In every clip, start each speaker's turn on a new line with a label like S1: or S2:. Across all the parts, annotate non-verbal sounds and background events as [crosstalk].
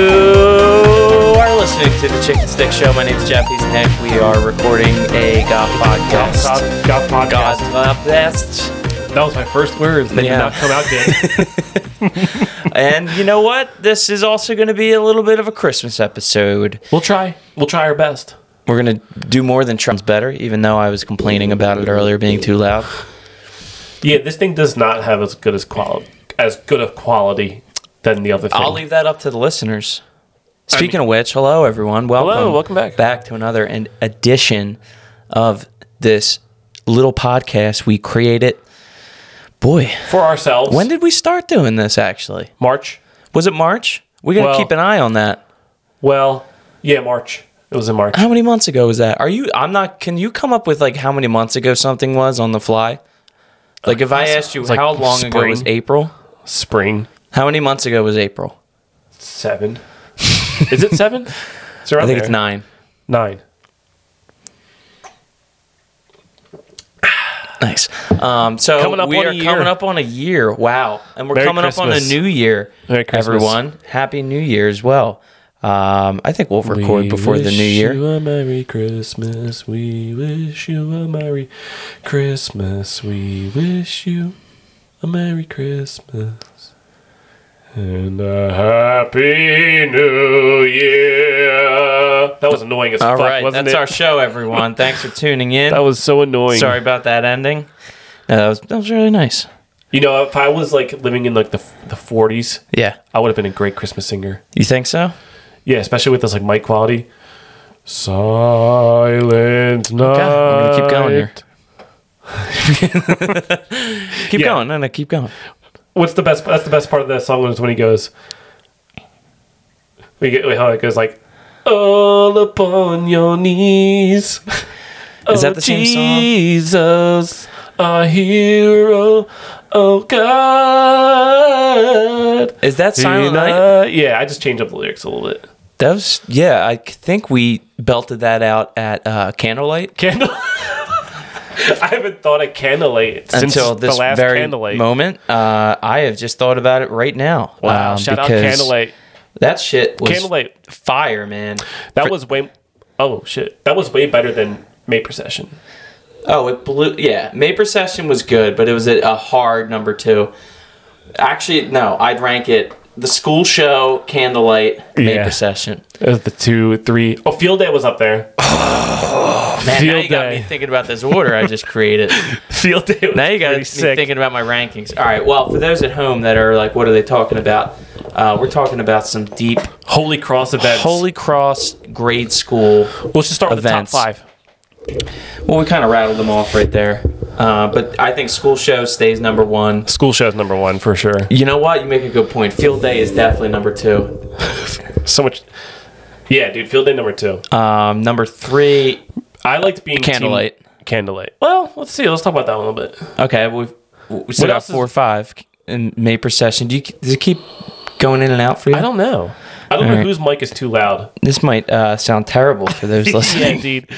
S1: You are listening to the Chicken Stick Show. My name's Japanese Nick. We are recording a goth podcast.
S2: Podcast. Got
S1: God
S2: podcast.
S1: best.
S2: That was my first words. They
S1: Yeah.
S2: did not come out good.
S1: And you know what? This is also going to be a little bit of a Christmas episode.
S2: we'll try. We'll try our best.
S1: We're going to do more than Trump's better, even though I was complaining about it earlier being too loud.
S2: Yeah, this thing does not have as good as quality as good of quality than the other thing.
S1: I'll leave that up to the listeners. Speaking of which, hello everyone. Welcome.
S2: welcome back.
S1: Back to another and edition of this little podcast we created. Boy,
S2: for ourselves.
S1: when did we start doing this actually?
S2: March?
S1: Was it March? We got to
S2: Well-
S1: keep an eye on that.
S2: Well, yeah, March. It was in
S1: [gasps]
S2: March.
S1: How many months ago was that? Are you I'm not can you come up with like how many months ago something was on the fly? Like if I asked you
S2: was like
S1: how long ago was
S2: spring.
S1: April?
S2: Spring
S1: How many months ago was April?
S2: seven. Is it seven? It's
S1: I
S2: around
S1: think it's
S2: there.
S1: 9.
S2: Nine.
S1: Nice. Um, so
S2: Coming up
S1: we
S2: on a
S1: are
S2: year.
S1: coming up on a year. Wow. And we're
S2: Merry
S1: coming up on a
S2: Christmas.
S1: new year.
S2: Merry Christmas.
S1: Everyone, happy new year as well. Um, I think we'll record before the new year.
S2: You a Merry Christmas. We wish you a Merry Christmas. We wish you a Merry Christmas and a Happy New Year. That was annoying as
S1: All
S2: fuck,
S1: right,
S2: wasn't
S1: that's
S2: it?
S1: our show, everyone. Thanks for
S2: [laughs]
S1: tuning in.
S2: that was so annoying.
S1: Sorry about that ending. No, that was that was really nice.
S2: You know, if I was like living in like the the 40s,
S1: Yeah,
S2: I would have been a great Christmas singer.
S1: you think so?
S2: Yeah, especially with this like mic quality. Silent night.
S1: Okay, I'm gonna keep going here. Keep
S2: Yeah.
S1: going. No, no, keep going.
S2: What's the best? That's the best part of that song is when he goes. We get wait, how it goes like, all upon your knees.
S1: [laughs]
S2: oh
S1: Is that the same song?
S2: Jesus, our hero, oh God.
S1: Is that Silent Night?
S2: Yeah, I just changed up the lyrics a little bit. [laughs]
S1: That was yeah. I think we belted that out at uh, Candlelight.
S2: Candle. I haven't thought of candlelight since
S1: until this
S2: the last
S1: very
S2: candlelight.
S1: moment. Uh, I have just thought about it right now.
S2: Wow!
S1: Um,
S2: Shout out
S1: because
S2: candlelight.
S1: That shit was
S2: Candlelight.
S1: fire, man.
S2: That was way. Oh shit! That was way better than May Procession.
S1: Oh, it blew. Yeah, May Procession was good, but it was a, a hard number two. Actually, no, I'd rank it the school show, Candlelight, May
S2: Yeah.
S1: Procession.
S2: As the two, three. Oh, Field Day was up
S1: [sighs]
S2: there.
S1: Man, now
S2: Field
S1: you got me
S2: day.
S1: thinking about this order I just
S2: [laughs]
S1: created.
S2: Field Day. Was
S1: Now you got
S2: pretty
S1: me
S2: sick.
S1: thinking about my rankings. All right, well, for those at home that are like, what are they talking about? Uh, we're talking about some deep
S2: Holy Cross events.
S1: Holy Cross grade school.
S2: We'll just start
S1: events.
S2: with the top five.
S1: Well, we kind of rattled them off right there. Uh, but I think school show stays number one.
S2: School show's number one for sure.
S1: You know what? You make a good point. Field day is definitely number two.
S2: So much. Yeah, dude. Field Day number two.
S1: Um, number three.
S2: I liked being team-
S1: Candlelight.
S2: Candlelight. Well, let's see. Let's talk about that one a little bit.
S1: Okay, we've we still
S2: What
S1: got
S2: else is-
S1: four or five in May procession. Do you does it keep going in and out for you?
S2: I don't know. I don't know
S1: right.
S2: whose mic is
S1: [laughs]
S2: too loud.
S1: This might uh, sound terrible for
S2: [laughs]
S1: those
S2: yeah,
S1: listening.
S2: indeed.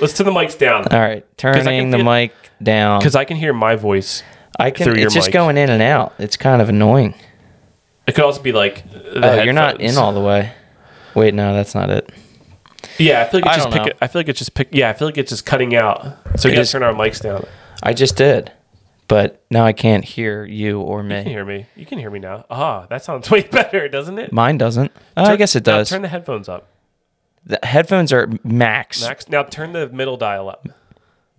S2: Let's turn the mics down
S1: All right,
S2: I can
S1: turning the
S2: feel-
S1: mic down
S2: because I can hear my voice.
S1: I can.
S2: through your
S1: It's just
S2: mic.
S1: going in and out. It's kind of annoying.
S2: It could also be like
S1: Oh,
S2: the
S1: you're not
S2: headphones.
S1: in all the way. Wait, no, that's not it.
S2: Yeah, I feel like
S1: I
S2: it's just
S1: don't
S2: pick
S1: know.
S2: I feel like it's just pick. Yeah, I feel like it's just cutting out. So
S1: It
S2: we gotta
S1: is-
S2: turn our mics down.
S1: I just did, but now I can't hear you or me.
S2: You can hear me. You can hear me now. Ah, that sounds [laughs] way better, doesn't it?
S1: Mine doesn't. Oh, I
S2: Turn-
S1: guess it
S2: now
S1: does.
S2: Uh, turn the headphones up.
S1: the headphones are max,
S2: Max, now turn the middle dial up.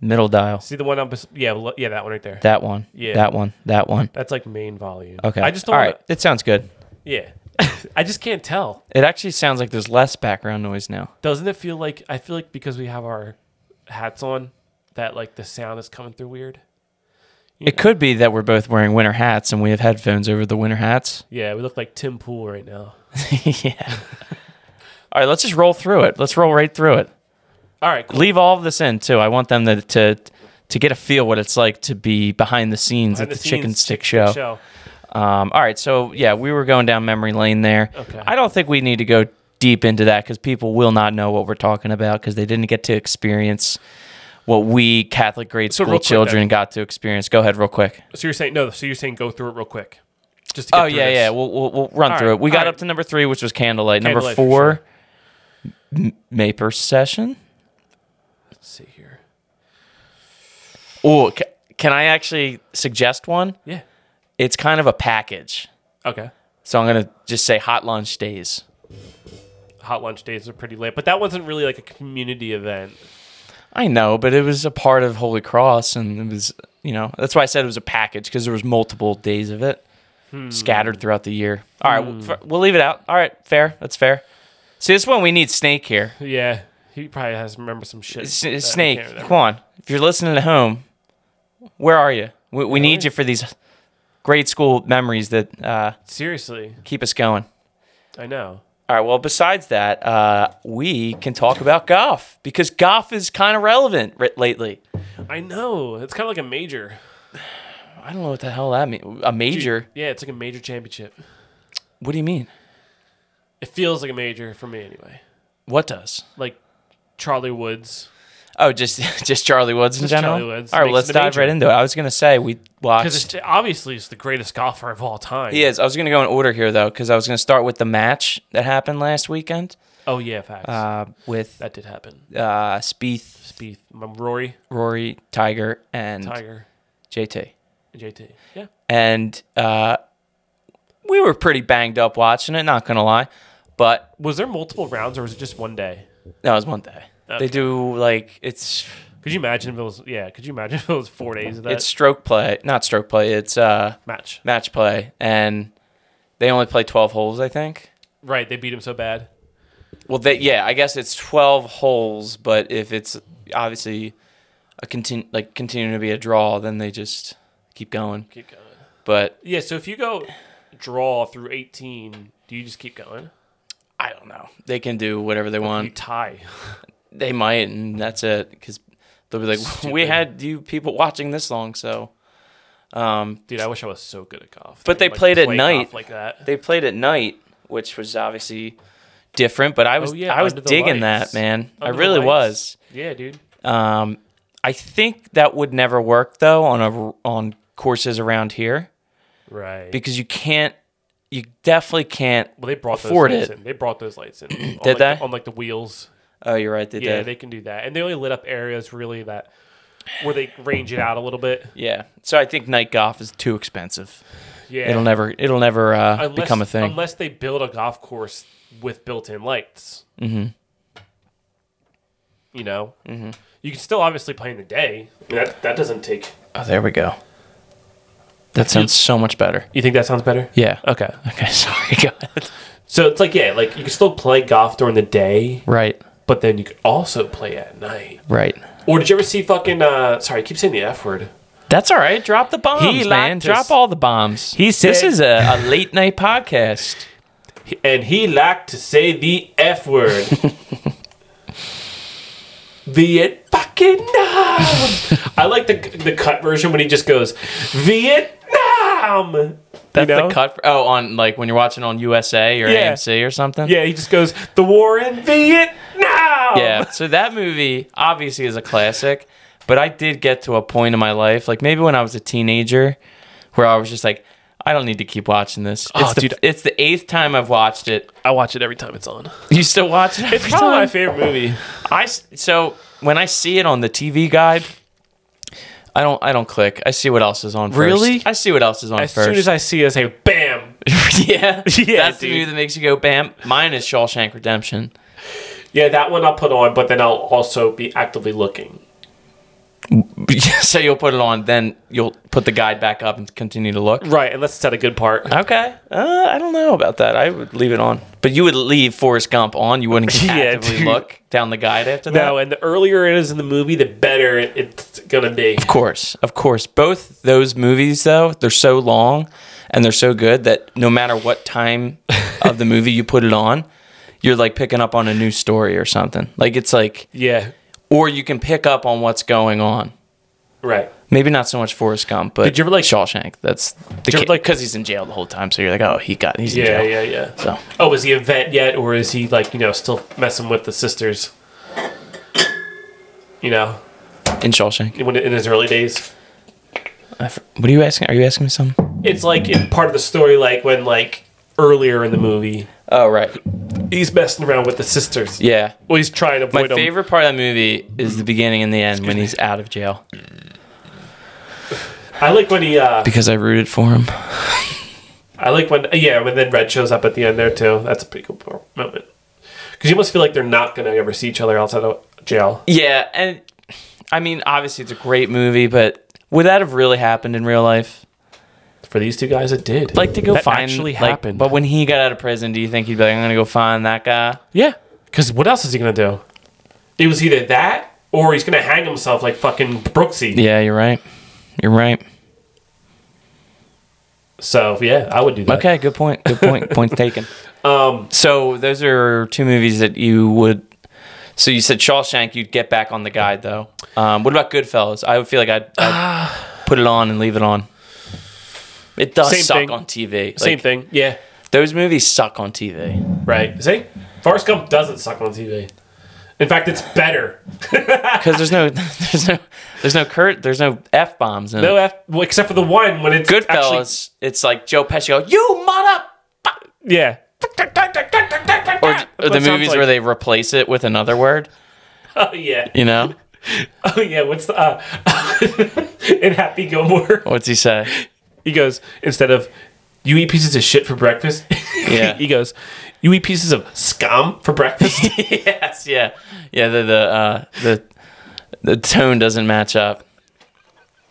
S1: middle dial.
S2: See the one up? bes- Yeah, lo- yeah, that one right there.
S1: That one.
S2: Yeah.
S1: That one. That one.
S2: That's like main volume.
S1: Okay.
S2: I just don't.
S1: All
S2: wanna-
S1: right. It sounds good.
S2: Yeah. [laughs] I just can't tell.
S1: It actually sounds like there's less background noise now.
S2: Doesn't it feel like I feel like because we have our hats on that like the sound is coming through weird.
S1: It could be that we're both wearing winter hats and we have headphones over the winter
S2: [laughs]
S1: hats.
S2: Yeah, we look like Tim Pool right now.
S1: yeah. All right. Let's just roll through it. Let's roll right through it.
S2: All right, cool.
S1: Leave all of this in too. I want them to to, to get a feel what it's like to be behind the scenes at
S2: Behind
S1: the,
S2: the
S1: Chicken
S2: scenes,
S1: Stick
S2: Good
S1: Show.
S2: show.
S1: Um, all right, so yeah, we were going down memory lane there.
S2: Okay.
S1: I don't think we need to go deep into that because people will not know what we're talking about because they didn't get to experience what we Catholic grade
S2: So
S1: school
S2: real quick,
S1: children got to experience. Go ahead, real quick.
S2: So you're saying no? So you're saying go through it real quick. Just to get
S1: Oh
S2: through
S1: yeah,
S2: this.
S1: yeah. We'll we'll, we'll run
S2: All
S1: through
S2: right,
S1: it. We
S2: all
S1: got
S2: right.
S1: up to number three, which was Candlelight. number
S2: Candlelight for
S1: four,
S2: sure.
S1: M- Maper Session.
S3: Let's see here.
S1: Oh, can I actually suggest one?
S3: Yeah.
S1: It's kind of a package,
S2: Okay.
S1: so I'm gonna just say Hot Lunch Days.
S2: Hot lunch days are pretty late, but that wasn't really like a community event.
S1: I know, but it was a part of Holy Cross, and it was you know that's why I said it was a package because there was multiple days of it Hmm. scattered throughout the year. All right, we'll- we'll leave it out. All right, fair. That's fair. See, this one we need Snake here.
S2: Yeah, he probably has remember some shit.
S1: S-
S2: that I
S1: Snake,
S2: can't remember.
S1: come on. If you're listening at home, where are you? We, we need you for these grade school memories that uh,
S2: Seriously,
S1: keep us going.
S2: I know.
S1: All right. Well, besides that, uh, we can talk about golf because golf is kind of relevant ri- lately.
S2: I know. It's kind of like a major.
S1: I don't know what the hell that means. A
S2: Dude,
S1: major?
S2: Yeah, it's like a major championship.
S1: What do you mean?
S2: It feels like a major for me anyway.
S1: What does?
S2: Like Charlie Woods.
S1: Oh, just [laughs] just Charlie Woods in
S2: Just
S1: general.
S2: Charlie Woods
S1: All right,
S2: makes
S1: let's
S2: it a
S1: dive
S2: major.
S1: right into it. I was gonna say we
S2: Because
S1: watched.
S2: it's obviously it's the greatest golfer of all time.
S1: He is. I was gonna go in order here though, because I was gonna start with the match that happened last weekend
S2: Oh yeah, facts.
S1: uh, with
S2: that did happen.
S1: uh, Spieth
S2: Speed, Rory,
S1: Rory, Tiger, and
S2: Tiger,
S1: JT.
S2: and JT. Yeah.
S1: And uh, we were pretty banged up watching it, not going to lie. But
S2: Was there multiple rounds or was it just one day?
S1: that was one day.
S2: Okay.
S1: They do like it's
S2: Could you imagine if it was? Yeah. Could you imagine [laughs] if it was four days of that
S1: it's stroke play, not stroke play. It's uh,
S2: match?
S1: match play, and they only play twelve holes, I think.
S2: Right. They beat him so bad.
S1: Well, they, yeah, I guess it's twelve holes, but if it's obviously a continue like continuing to be a draw, then they just keep going.
S2: Keep going.
S1: But
S2: Yeah. So if you go draw through eighteen, do you just keep going?
S1: I don't know. They can do whatever they want.
S2: You tie.
S1: They might, and that's it. Because they'll be like, [laughs] we
S2: Stupid.
S1: had you people watching this long, so. Um,
S2: Dude, I wish I was so good at golf.
S1: But
S2: I
S1: they
S2: could,
S1: played at
S2: play
S1: night.
S2: golf like that.
S1: they played at night, which was obviously different, but I was
S2: Oh, yeah,
S1: I was
S2: under the
S1: digging
S2: lights.
S1: that man. I
S2: Under the
S1: really was.
S2: lights. Yeah, dude.
S1: Um, I think that would never work though on a on courses around here
S2: Right.
S1: because you can't, you definitely can't.
S2: well, they brought those
S1: afford
S2: lights
S1: it.
S2: in. They brought those lights
S1: [clears throat]
S2: in. did
S1: Did
S2: like, the-
S1: they?
S2: on like the wheels?
S1: Oh, you're right. They
S2: Yeah,
S1: did.
S2: they can do that, and they only lit up areas really that where they range it out a little bit.
S1: yeah. So I think night golf is too expensive.
S2: Yeah,
S1: It'll never. It'll never uh, become a thing.
S2: unless they build a golf course with built-in lights. Mm-hmm. You know, mm-hmm. you can still obviously play in the day. I mean, that that doesn't take.
S1: Oh, there we go. That sounds so much better.
S2: You think that sounds better?
S1: Yeah.
S2: Okay,
S1: Okay. [laughs] Sorry. Go
S2: [laughs]
S1: ahead.
S2: so it's like yeah, like you can still play golf during the day,
S1: Right.
S2: but then you could also play at night.
S1: Right.
S2: Or did you ever see fucking? uh Sorry, I keep saying the f word.
S1: That's all right. Drop the bombs,
S2: He
S1: man.
S2: liked
S1: Drop
S2: us.
S1: all the bombs.
S2: He
S1: this
S2: said-
S1: is a, a late night podcast.
S2: and he liked to say the F [laughs] word. Vietnam. I like the the cut version when he just goes Vietnam. You
S1: That's
S2: know?
S1: the cut. Oh, on like when you're watching on USA or
S2: Yeah.
S1: AMC or something.
S2: Yeah, he just goes the war in Vietnam.
S1: Yeah. So that movie obviously is a classic, but I did get to a point in my life, like maybe when I was a teenager, where I was just like, I don't need to keep watching this. It's,
S2: Oh,
S1: the,
S2: dude.
S1: it's the eighth time I've watched it.
S2: I watch it every time it's on.
S1: You still watch it?
S2: It's probably my favorite movie.
S1: I s- so when I see it on the TV guide, I don't I don't click. I see what else is on first.
S2: Really?
S1: I see what else is on
S2: As
S1: first.
S2: soon as I see it, I say bam.
S1: [laughs] yeah,
S2: [laughs] Yeah,
S1: that's the
S2: dude.
S1: movie that makes you go bam. Mine is Shawshank Redemption.
S2: Yeah, that one I'll put on, but then I'll also be actively looking.
S1: [laughs] so you'll put it on, then you'll put the guide back up and continue to look.
S2: Right, unless it's at a good part.
S1: Okay, uh, I don't know about that. I would leave it on, but you would leave Forrest Gump on. You
S2: [laughs]
S1: wouldn't
S2: Yeah,
S1: actively
S2: dude.
S1: look down the guide after that.
S2: No, and the earlier it is in the movie, the better it- it's gonna be.
S1: Of course, of course. Both those movies, though, they're so long and they're so good that no matter what
S2: [laughs]
S1: time of the movie you put it on, you're like picking up on a new story or something. Like it's like,
S2: Yeah,
S1: or you can pick up on what's going on.
S2: right.
S1: Maybe not so much Forrest Gump, but
S2: Did you ever, like-
S1: Shawshank? That's the
S2: you ever,
S1: kid,
S2: like-
S1: like because he's in jail the whole time, so you're like, oh, he got he's in
S2: Yeah,
S1: jail.
S2: yeah, yeah.
S1: So
S2: Oh, is he a vet yet, or is he like you know still messing with the sisters? You know,
S1: in Shawshank,
S2: when in his early days.
S1: I f- what are you asking? Are you asking me something?
S2: it's like in part of the story, like when like earlier in the movie,
S1: Oh right,
S2: he's messing around with the sisters.
S1: yeah.
S2: Well, he's trying to
S1: My
S2: avoid them.
S1: favorite part of that movie is the beginning and the end when he's out of jail
S2: I like when he. Uh,
S1: because I rooted for him.
S2: I like when yeah, when then Red shows up at the end there too. That's a pretty cool po- moment. Because you almost feel like they're not gonna ever see each other outside of jail.
S1: Yeah, and I mean, obviously it's a great movie, but would that have really happened in real life?
S2: For these two guys, it did.
S1: Like to go
S2: that
S1: find
S2: actually
S1: like,
S2: happened.
S1: But when he got out of prison, do you think he'd be like, "I'm gonna go find that guy"?
S2: yeah, because what else is he gonna do? It was either that or he's gonna hang himself like fucking Brooksy.
S1: Yeah, you're right. You're right.
S2: So yeah, I would do that.
S1: Okay, good point. Good point.
S2: [laughs]
S1: Point taken. Um, so those are two movies that you would. So you said Shawshank, you'd get back on the guide though. Um, what about Goodfellas? I would feel like I'd, I'd
S2: [sighs]
S1: put it on and leave it on. It does
S2: Same
S1: suck
S2: thing.
S1: on TV.
S2: Same
S1: Like,
S2: thing. Yeah.
S1: Those movies suck on TV.
S2: Right. See, Forrest Gump doesn't suck on TV. In fact, it's better.
S1: because there's no [laughs] there's no there's no curt there's no f bombs in
S2: No
S1: it.
S2: F, well, except for the one when it's actually-
S1: Oh, Goodfellas, it's like Joe Pesci go you mother.
S2: yeah.
S1: Or
S2: Ah!
S1: the movies where they replace it with another word,
S2: [laughs] Oh yeah.
S1: you
S2: [laughs]
S1: know?
S2: Oh yeah. What's the uh, [laughs] in Happy Gilmore?
S1: What's he say?
S2: He goes instead of you eat pieces of shit for breakfast.
S1: [laughs] Yeah.
S2: he goes, you eat pieces of scum for breakfast.
S1: [laughs] yes, yeah, yeah. The the uh, the the tone doesn't match up.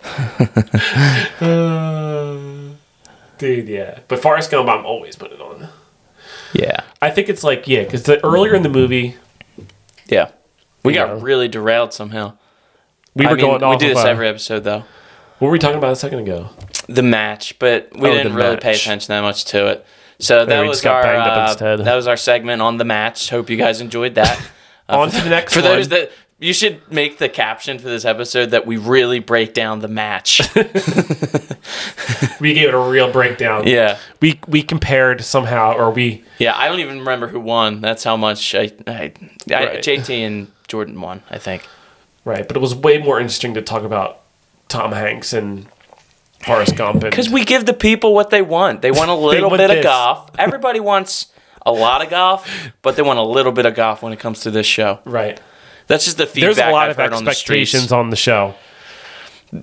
S2: Uh, Dude, yeah. But Forrest Gump, I'm always putting it on.
S1: Yeah,
S2: I think it's like yeah, because the earlier in the movie
S1: yeah. We got
S2: Yeah.
S1: really derailed somehow.
S2: we
S1: I
S2: were
S1: mean,
S2: going off.
S1: we do
S2: of
S1: this
S2: a-
S1: every episode though.
S2: What were we talking about a second ago?
S1: the match, but we
S2: Oh, the
S1: didn't really pay
S2: match.
S1: attention that much to it. So that
S2: we
S1: was
S2: just got
S1: our
S2: banged up
S1: uh,
S2: instead.
S1: that was our segment on the match. Hope you guys enjoyed [laughs] that.
S2: On to the next
S1: Uh, for
S2: one.
S1: those that you should make the caption for this episode that we really break down the [laughs] match.
S2: we gave it a real breakdown.
S1: yeah,
S2: We we compared somehow, or we
S1: yeah. I don't even remember who won. That's how much I, I, I
S2: Right.
S1: JT and Jordan won. I think.
S2: right, but it was way more interesting to talk about Tom Hanks and Forrest
S1: [laughs]
S2: Gump and
S1: Because we give the people what they want. They
S2: [laughs]
S1: want a little
S2: want
S1: bit of
S2: this. [laughs]
S1: golf. Everybody wants a lot of golf, but they want a little bit of golf when it comes to this show.
S2: right.
S1: That's just the feedback
S2: There's a lot
S1: I've
S2: of
S1: heard on the streets.
S2: expectations on the, show.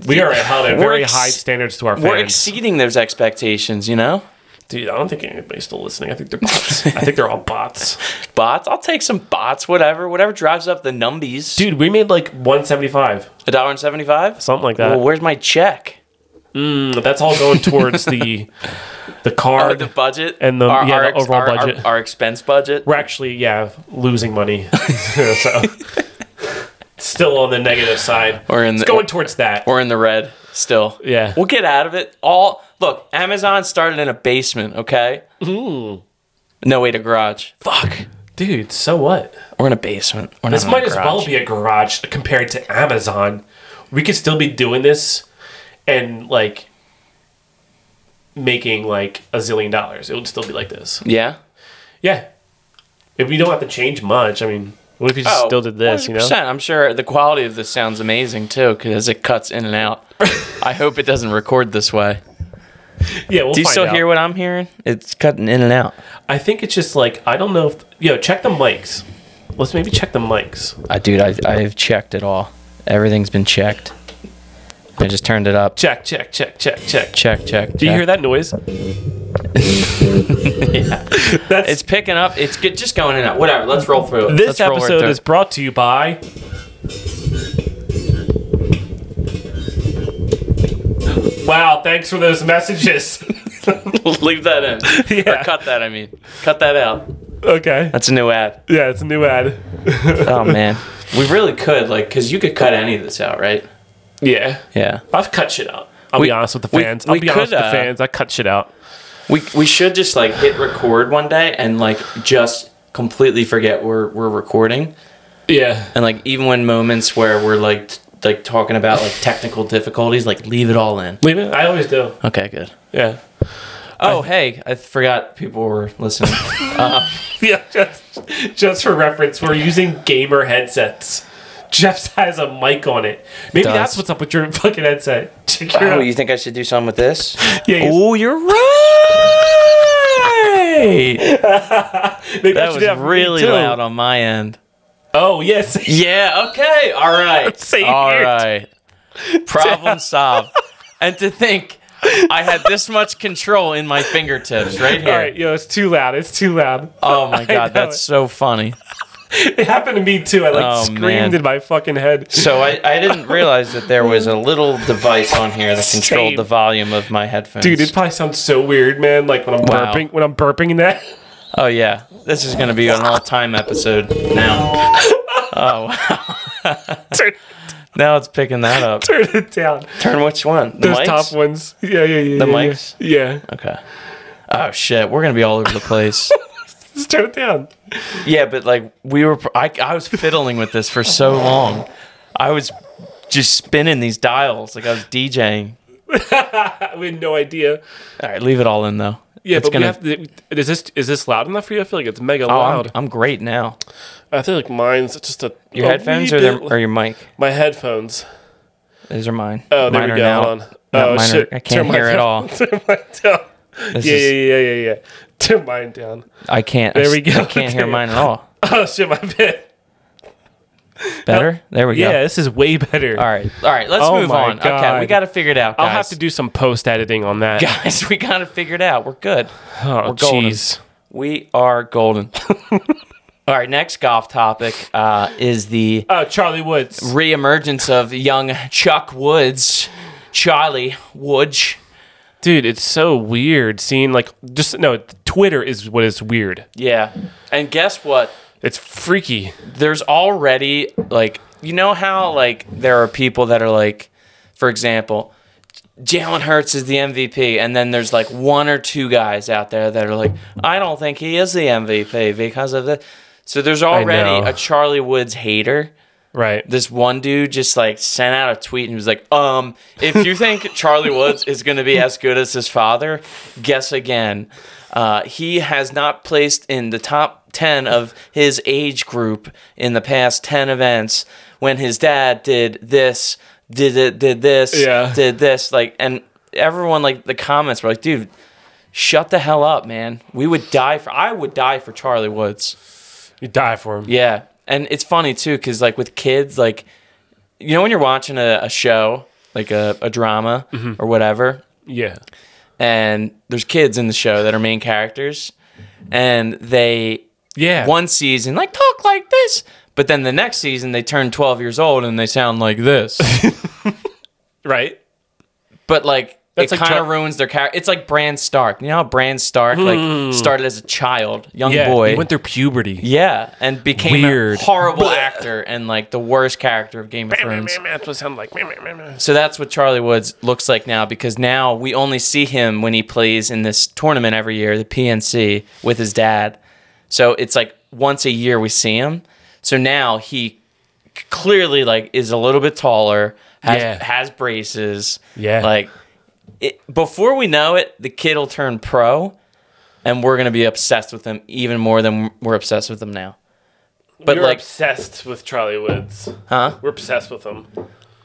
S2: We are held at very
S1: ex-
S2: high standards to our
S1: We're
S2: fans.
S1: exceeding those expectations, you know?
S2: Dude, I don't think anybody's still listening. I think they're [laughs] bots. I think they're all bots.
S1: Bots, I'll take some bots, whatever, whatever drives up the numbies.
S2: Dude, we made like 175,
S1: A dollar and seventy five?
S2: something like that.
S1: Well, where's my check?
S2: Mm, that's all going towards the the
S1: Or
S2: card.
S1: the budget
S2: And the- yeah, the
S1: ex-
S2: overall
S1: our- our-
S2: budget.
S1: our, expense budget.
S2: We're actually, yeah, losing money. [laughs] so still on the negative side.
S1: Or in
S2: it's
S1: the-
S2: going towards that.
S1: We're in the red still.
S2: Yeah.
S1: We'll get out of it. All look, Amazon started in a basement, okay? Ooh. No wait, a garage.
S2: Fuck. Dude, so what?
S1: We're in a basement. We're
S2: This
S1: not in
S2: might
S1: a
S2: as well
S1: garage.
S2: be a Oh, garage compared to Amazon. We could still be doing this and like making like a zillion dollars. It would still be like this.
S1: Yeah.
S2: Yeah. If we don't have to change much, I mean, what if you
S1: Oh,
S2: just still did this, you
S1: 100%.
S2: know?
S1: I'm sure the quality of this sounds amazing too, because it cuts in and
S2: [laughs]
S1: out. I hope it doesn't record this way.
S2: Yeah, we'll
S1: Do you
S2: find
S1: still
S2: out.
S1: hear what I'm hearing? It's cutting in and out.
S2: I think it's just like I don't know if yo, check the mics. Let's maybe check the mics.
S1: I dude, I I've checked it all. Everything's been checked. I just turned it up.
S2: Check, check, check, check, check.
S1: Check, check.
S2: Do you hear that noise? [laughs] That's
S1: It's picking up. It's get, just going in and out. Whatever. Let's roll through it.
S2: this
S1: Let's roll right
S2: episode
S1: through
S2: is
S1: it.
S2: brought to you by Wow, thanks for those messages. [laughs]
S1: [laughs] leave that in.
S2: Yeah.
S1: Or cut that. I mean, cut that out.
S2: okay.
S1: That's a new ad.
S2: Yeah, it's a new ad.
S1: Oh man, [laughs] we really could like, cause you could cut any of this out, right?
S2: Yeah.
S1: Yeah.
S2: I've cut shit out. I'll
S1: We-
S2: be honest with the
S1: we-
S2: fans. I'll
S1: we
S2: be honest
S1: could,
S2: with the
S1: uh,
S2: fans. I cut shit out.
S1: We we should just like hit record one day and like just completely forget we're we're recording
S2: Yeah.
S1: and like even when moments where we're like t- like talking about like technical difficulties like leave it all in.
S2: Leave it. I always do.
S1: Okay, good.
S2: [laughs] Yeah.
S1: Oh hey, I forgot people were [laughs] listening.
S2: Yeah, just, just for reference, we're using gamer headsets Jeff's has a mic on it. Maybe
S1: does.
S2: that's what's up with your fucking headset. Check your
S1: Oh, you think I should do something with this?
S2: Yeah, you-
S1: oh, you're
S2: [laughs]
S1: right.
S2: Maybe I
S1: That was
S2: should do for me,
S1: really
S2: too.
S1: loud on my end. [laughs]
S2: Oh yes.
S1: Yeah. Okay. All
S2: [laughs]
S1: right.
S2: Say
S1: All
S2: it.
S1: right. Problem
S2: [laughs]
S1: solved. And to think, I had this much control in my fingertips right here.
S2: All right, yo, it's too loud. It's too loud.
S1: Oh my
S2: know
S1: god, that's
S2: it.
S1: so funny.
S2: [laughs] It happened to me too. I like
S1: Oh,
S2: screamed
S1: man.
S2: in my fucking head.
S1: So I, I didn't realize that there was a little device on here that controlled
S2: Same.
S1: the volume of my headphones.
S2: Dude, it probably sounds so weird, man. Like when I'm
S1: Wow.
S2: burping, when I'm burping in that. [laughs]
S1: oh yeah, this is gonna be an all-time episode now.
S2: [laughs]
S1: Oh, [laughs] wow.
S2: turn,
S1: now it's picking that up.
S2: turn it down.
S1: Turn which one? The
S2: Those
S1: mics?
S2: top ones. Yeah, yeah, yeah.
S1: The
S2: yeah,
S1: mics?
S2: Yeah. yeah.
S1: Okay. Oh shit, we're gonna be all over the
S2: [laughs]
S1: place.
S2: Just turn it down.
S1: yeah, but like we were, I, I was fiddling with this for so long. I was just spinning these dials like I was DJing.
S2: I had no idea.
S1: All right, leave it all in though.
S2: Yeah,
S1: It's
S2: but we have to, is this is this loud enough for you? I feel like it's mega
S1: Oh, I'm,
S2: loud. Oh,
S1: I'm great now.
S2: i feel like mine's just a
S1: Your
S2: a
S1: headphones
S2: wee
S1: or, their,
S2: bit-
S1: or your mic?
S2: my headphones.
S1: Those are mine.
S2: Oh, there
S1: mine
S2: we
S1: are
S2: go.
S1: now-
S2: Hold on.
S1: not
S2: Oh
S1: mine are-
S2: shit!
S1: I can't
S2: Turn
S1: hear
S2: mine
S1: at
S2: down. [laughs]
S1: all.
S2: Turn mine down.
S1: This
S2: yeah,
S1: is-
S2: yeah, yeah, yeah, yeah. Turn mine down.
S1: I can't.
S2: There
S1: I,
S2: we go.
S1: I can't hear
S2: Damn.
S1: mine at
S2: [laughs]
S1: all.
S2: Oh shit, my bad.
S1: Better. There we
S2: Yeah,
S1: go.
S2: this is way better.
S1: All right. All right. Let's
S2: Oh
S1: move
S2: my
S1: on. Okay, we
S2: God.
S1: got to figure it out, guys.
S2: I'll have to do some post editing on
S1: [laughs]
S2: that.
S1: Guys, we got to figure it out. We're good.
S2: Oh
S1: golden.
S2: jeez.
S1: We are golden. [laughs] all right. Next golf topic uh, is the
S2: Oh, Charlie Woods.
S1: reemergence of young Chuck Woods, Charlie Woods.
S2: Dude, it's so weird seeing like just no, Twitter is what is weird.
S1: Yeah. And guess what?
S2: It's freaky.
S1: there's already like you know how like there are people that are like, for example, Jalen Hurts is the MVP, and then there's like one or two guys out there that are like, I don't think he is the MVP because of the. So there's already
S2: know.
S1: a Charlie Woods hater.
S2: Right.
S1: This one dude just like sent out a tweet and was like, um, if you think Charlie Woods is going to be as good as his father, guess again. Uh, he has not placed in the top 10 of his age group in the past 10 events when his dad did this, did it, did this,
S2: Yeah.
S1: did this. Like, and everyone, like, the comments were like, dude, shut the hell up, man. We would die for, I would die for Charlie Woods.
S2: You die for him.
S1: Yeah, and it's funny too because like with kids, like you know when you're watching a, a show like a, a drama
S2: Mm-hmm.
S1: or whatever,
S2: Yeah.
S1: and there's kids in the show that are main characters, and they
S2: Yeah.
S1: one season like talk like this, but then the next season they turn 12 years old and they sound like this,
S2: [laughs] right.
S1: but like.
S2: That's
S1: it
S2: like
S1: kind of
S2: Char-
S1: ruins their character. It's like Bran Stark. You know how Bran Stark like started as a child, young
S2: Mm. Yeah.
S1: boy.
S2: He went through puberty.
S1: Yeah, and became
S2: Weird.
S1: a horrible actor and like the worst character of Game of Thrones.
S2: That's what it sounded like. It's
S1: So that's what Charlie Woods looks like now because now we only see him when he plays in this tournament every year, the PNC, with his dad. So it's like once a year we see him. So now he c- clearly like is a little bit taller, has
S2: Yeah.
S1: has braces.
S2: Yeah.
S1: Like it, before we know it, the kid will turn pro and we're going to be obsessed with him even more than we're obsessed with him now. But
S2: You're
S1: like
S2: obsessed with Charlie Woods.
S1: Huh?
S2: We're obsessed with him.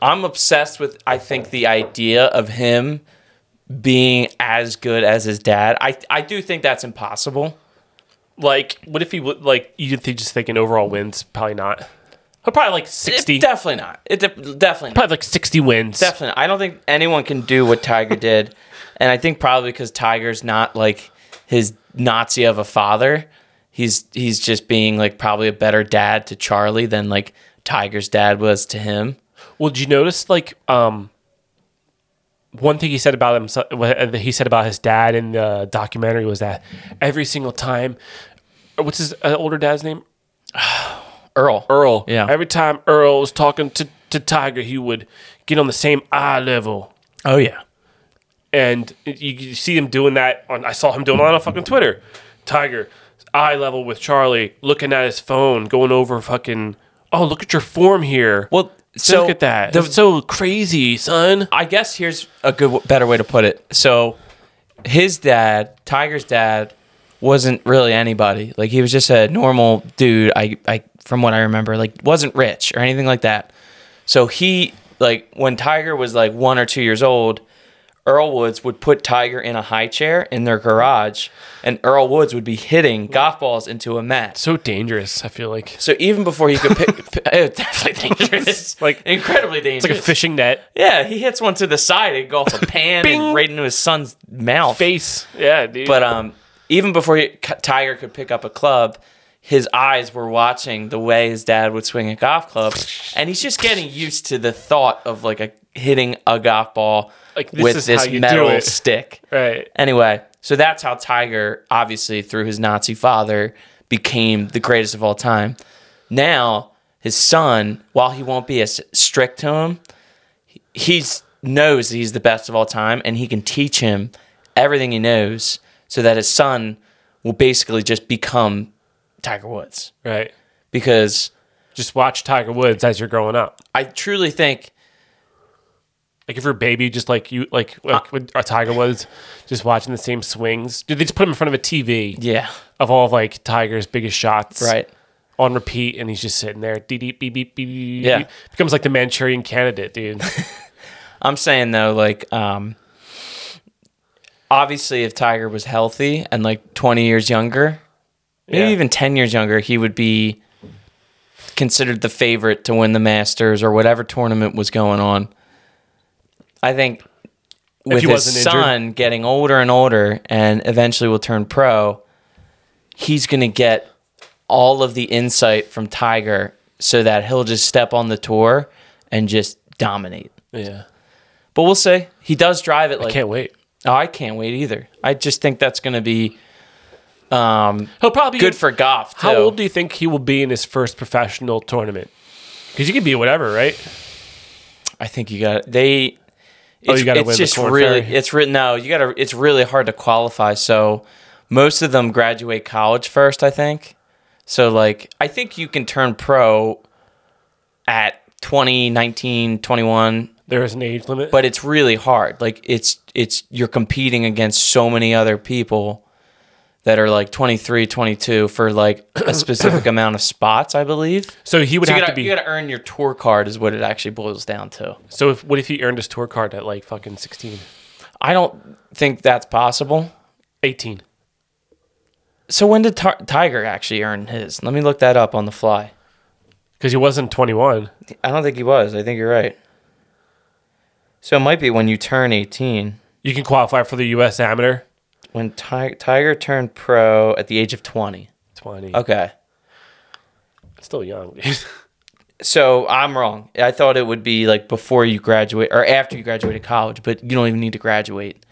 S1: I'm obsessed with I think the idea of him being as good as his dad. I I do think that's impossible.
S2: Like, what if he would like? You th- just thinking overall wins? Probably not. He'll probably like sixty.
S1: It, definitely not. It de- definitely not.
S2: probably like sixty wins.
S1: definitely. I don't think anyone can do what Tiger [laughs] did, and I think probably because Tiger's not like his Nazi of a father. He's he's just being like probably a better dad to Charlie than like Tiger's dad was to him.
S2: Well, did you notice like um one thing he said about himself? What uh, he said about his dad in the documentary was that every single time, what's his uh, older dad's name?
S1: Earl.
S2: Earl.
S1: Yeah.
S2: Every time Earl was talking to to Tiger, he would get on the same eye level,
S1: Oh yeah.
S2: and you, you see him doing that on. I saw him doing that on fucking Twitter. Tiger eye level with Charlie, looking at his phone, going over fucking. Oh, look at your form here.
S1: Well,
S2: so
S1: so
S2: look at that.
S1: the-
S2: That's so crazy, son.
S1: I guess here's a good, better way to put it. So, his dad, Tiger's dad, wasn't really anybody. Like he was just a normal dude. I, I from what I remember, like wasn't rich or anything like that. So he like when Tiger was like one or two years old, Earl Woods would put Tiger in a high chair in their garage, and Earl Woods would be hitting golf balls into a mat.
S2: So dangerous. I feel like
S1: So even before he could pick, [laughs] p- it was definitely dangerous.
S2: like-
S1: like incredibly
S2: it's
S1: dangerous.
S2: like a fishing net
S1: Yeah, he hits one to the side and go off
S2: [laughs]
S1: a pan
S2: Bing.
S1: and right into his son's mouth.
S2: face. uh, Yeah, dude.
S1: But um, even before he, K- Tiger could pick up a club, his eyes were watching the way his dad would swing a golf club, and he's just getting used to the thought of like a hitting a golf ball
S2: Like, this
S1: with
S2: is how
S1: this
S2: you do
S1: metal
S2: it. [laughs]
S1: stick.
S2: right.
S1: Anyway, so that's how Tiger, obviously through his Nazi father, became the greatest of all time. Now his son, while he won't be as strict to him, he- he's knows that he's the best of all time, and he can teach him everything he knows, so that his son will basically just become Tiger Woods.
S2: Right.
S1: Because
S2: Just watch Tiger Woods as you're growing up.
S1: I truly think
S2: Like if you're a baby, just like you, like like with uh, Tiger Woods, just watching the same swings. Dude, they just put him in front of a TV
S1: Yeah.
S2: of all of like Tiger's biggest shots,
S1: Right.
S2: on repeat, and he's just sitting there, dee dee beep beep beep. beep,
S1: Yeah.
S2: beep. becomes like the Manchurian
S1: [laughs]
S2: Candidate, dude.
S1: I'm saying though, like, um, obviously, if Tiger was healthy and like 20 years younger, maybe
S2: Yeah.
S1: even 10 years younger, he would be considered the favorite to win the Masters or whatever tournament was going on. I think with
S2: he
S1: his
S2: wasn't injured.
S1: son getting older and older and eventually will turn pro, he's going to get all of the insight from Tiger so that he'll just step on the tour and just dominate.
S2: yeah,
S1: But we'll see. He does drive it like
S2: can't wait.
S1: Oh, I can't wait either. I just think that's going to be um,
S2: He'll probably
S1: good for golf.
S2: How old do you think he will be in his first professional tournament? Because you could be whatever, right?
S1: I think you got they. It's,
S2: Oh, you gotta
S1: it's
S2: win the
S1: just
S2: Corn
S1: really
S2: Ferry.
S1: it's written no you gotta it's really hard to qualify so most of them graduate college first i think so like i think you can turn pro at 20 19 21
S2: There is an age limit.
S1: but it's really hard. Like it's it's you're competing against so many other people that are like 23, 22 for like a specific amount of spots, I believe.
S2: so he would
S1: So you
S2: have
S1: gotta,
S2: to be.
S1: you gotta earn your tour card is what it actually boils down to.
S2: so if, what if he earned his tour card at like fucking 16,
S1: I don't think that's possible.
S2: 18?
S1: So when did Ti- Tiger actually earn his? Let me look that up on the fly.
S2: Because he wasn't 21.
S1: I don't think he was. I think you're right. So it might be when you turn 18.
S2: You can qualify for the U.S. Amateur.
S1: When Ti- Tiger turned pro at the age of 20.
S2: 20.
S1: Okay.
S2: Still young. dude. [laughs]
S1: So I'm wrong. I thought it would be like before you graduate or after you graduated college, but you don't even need to graduate.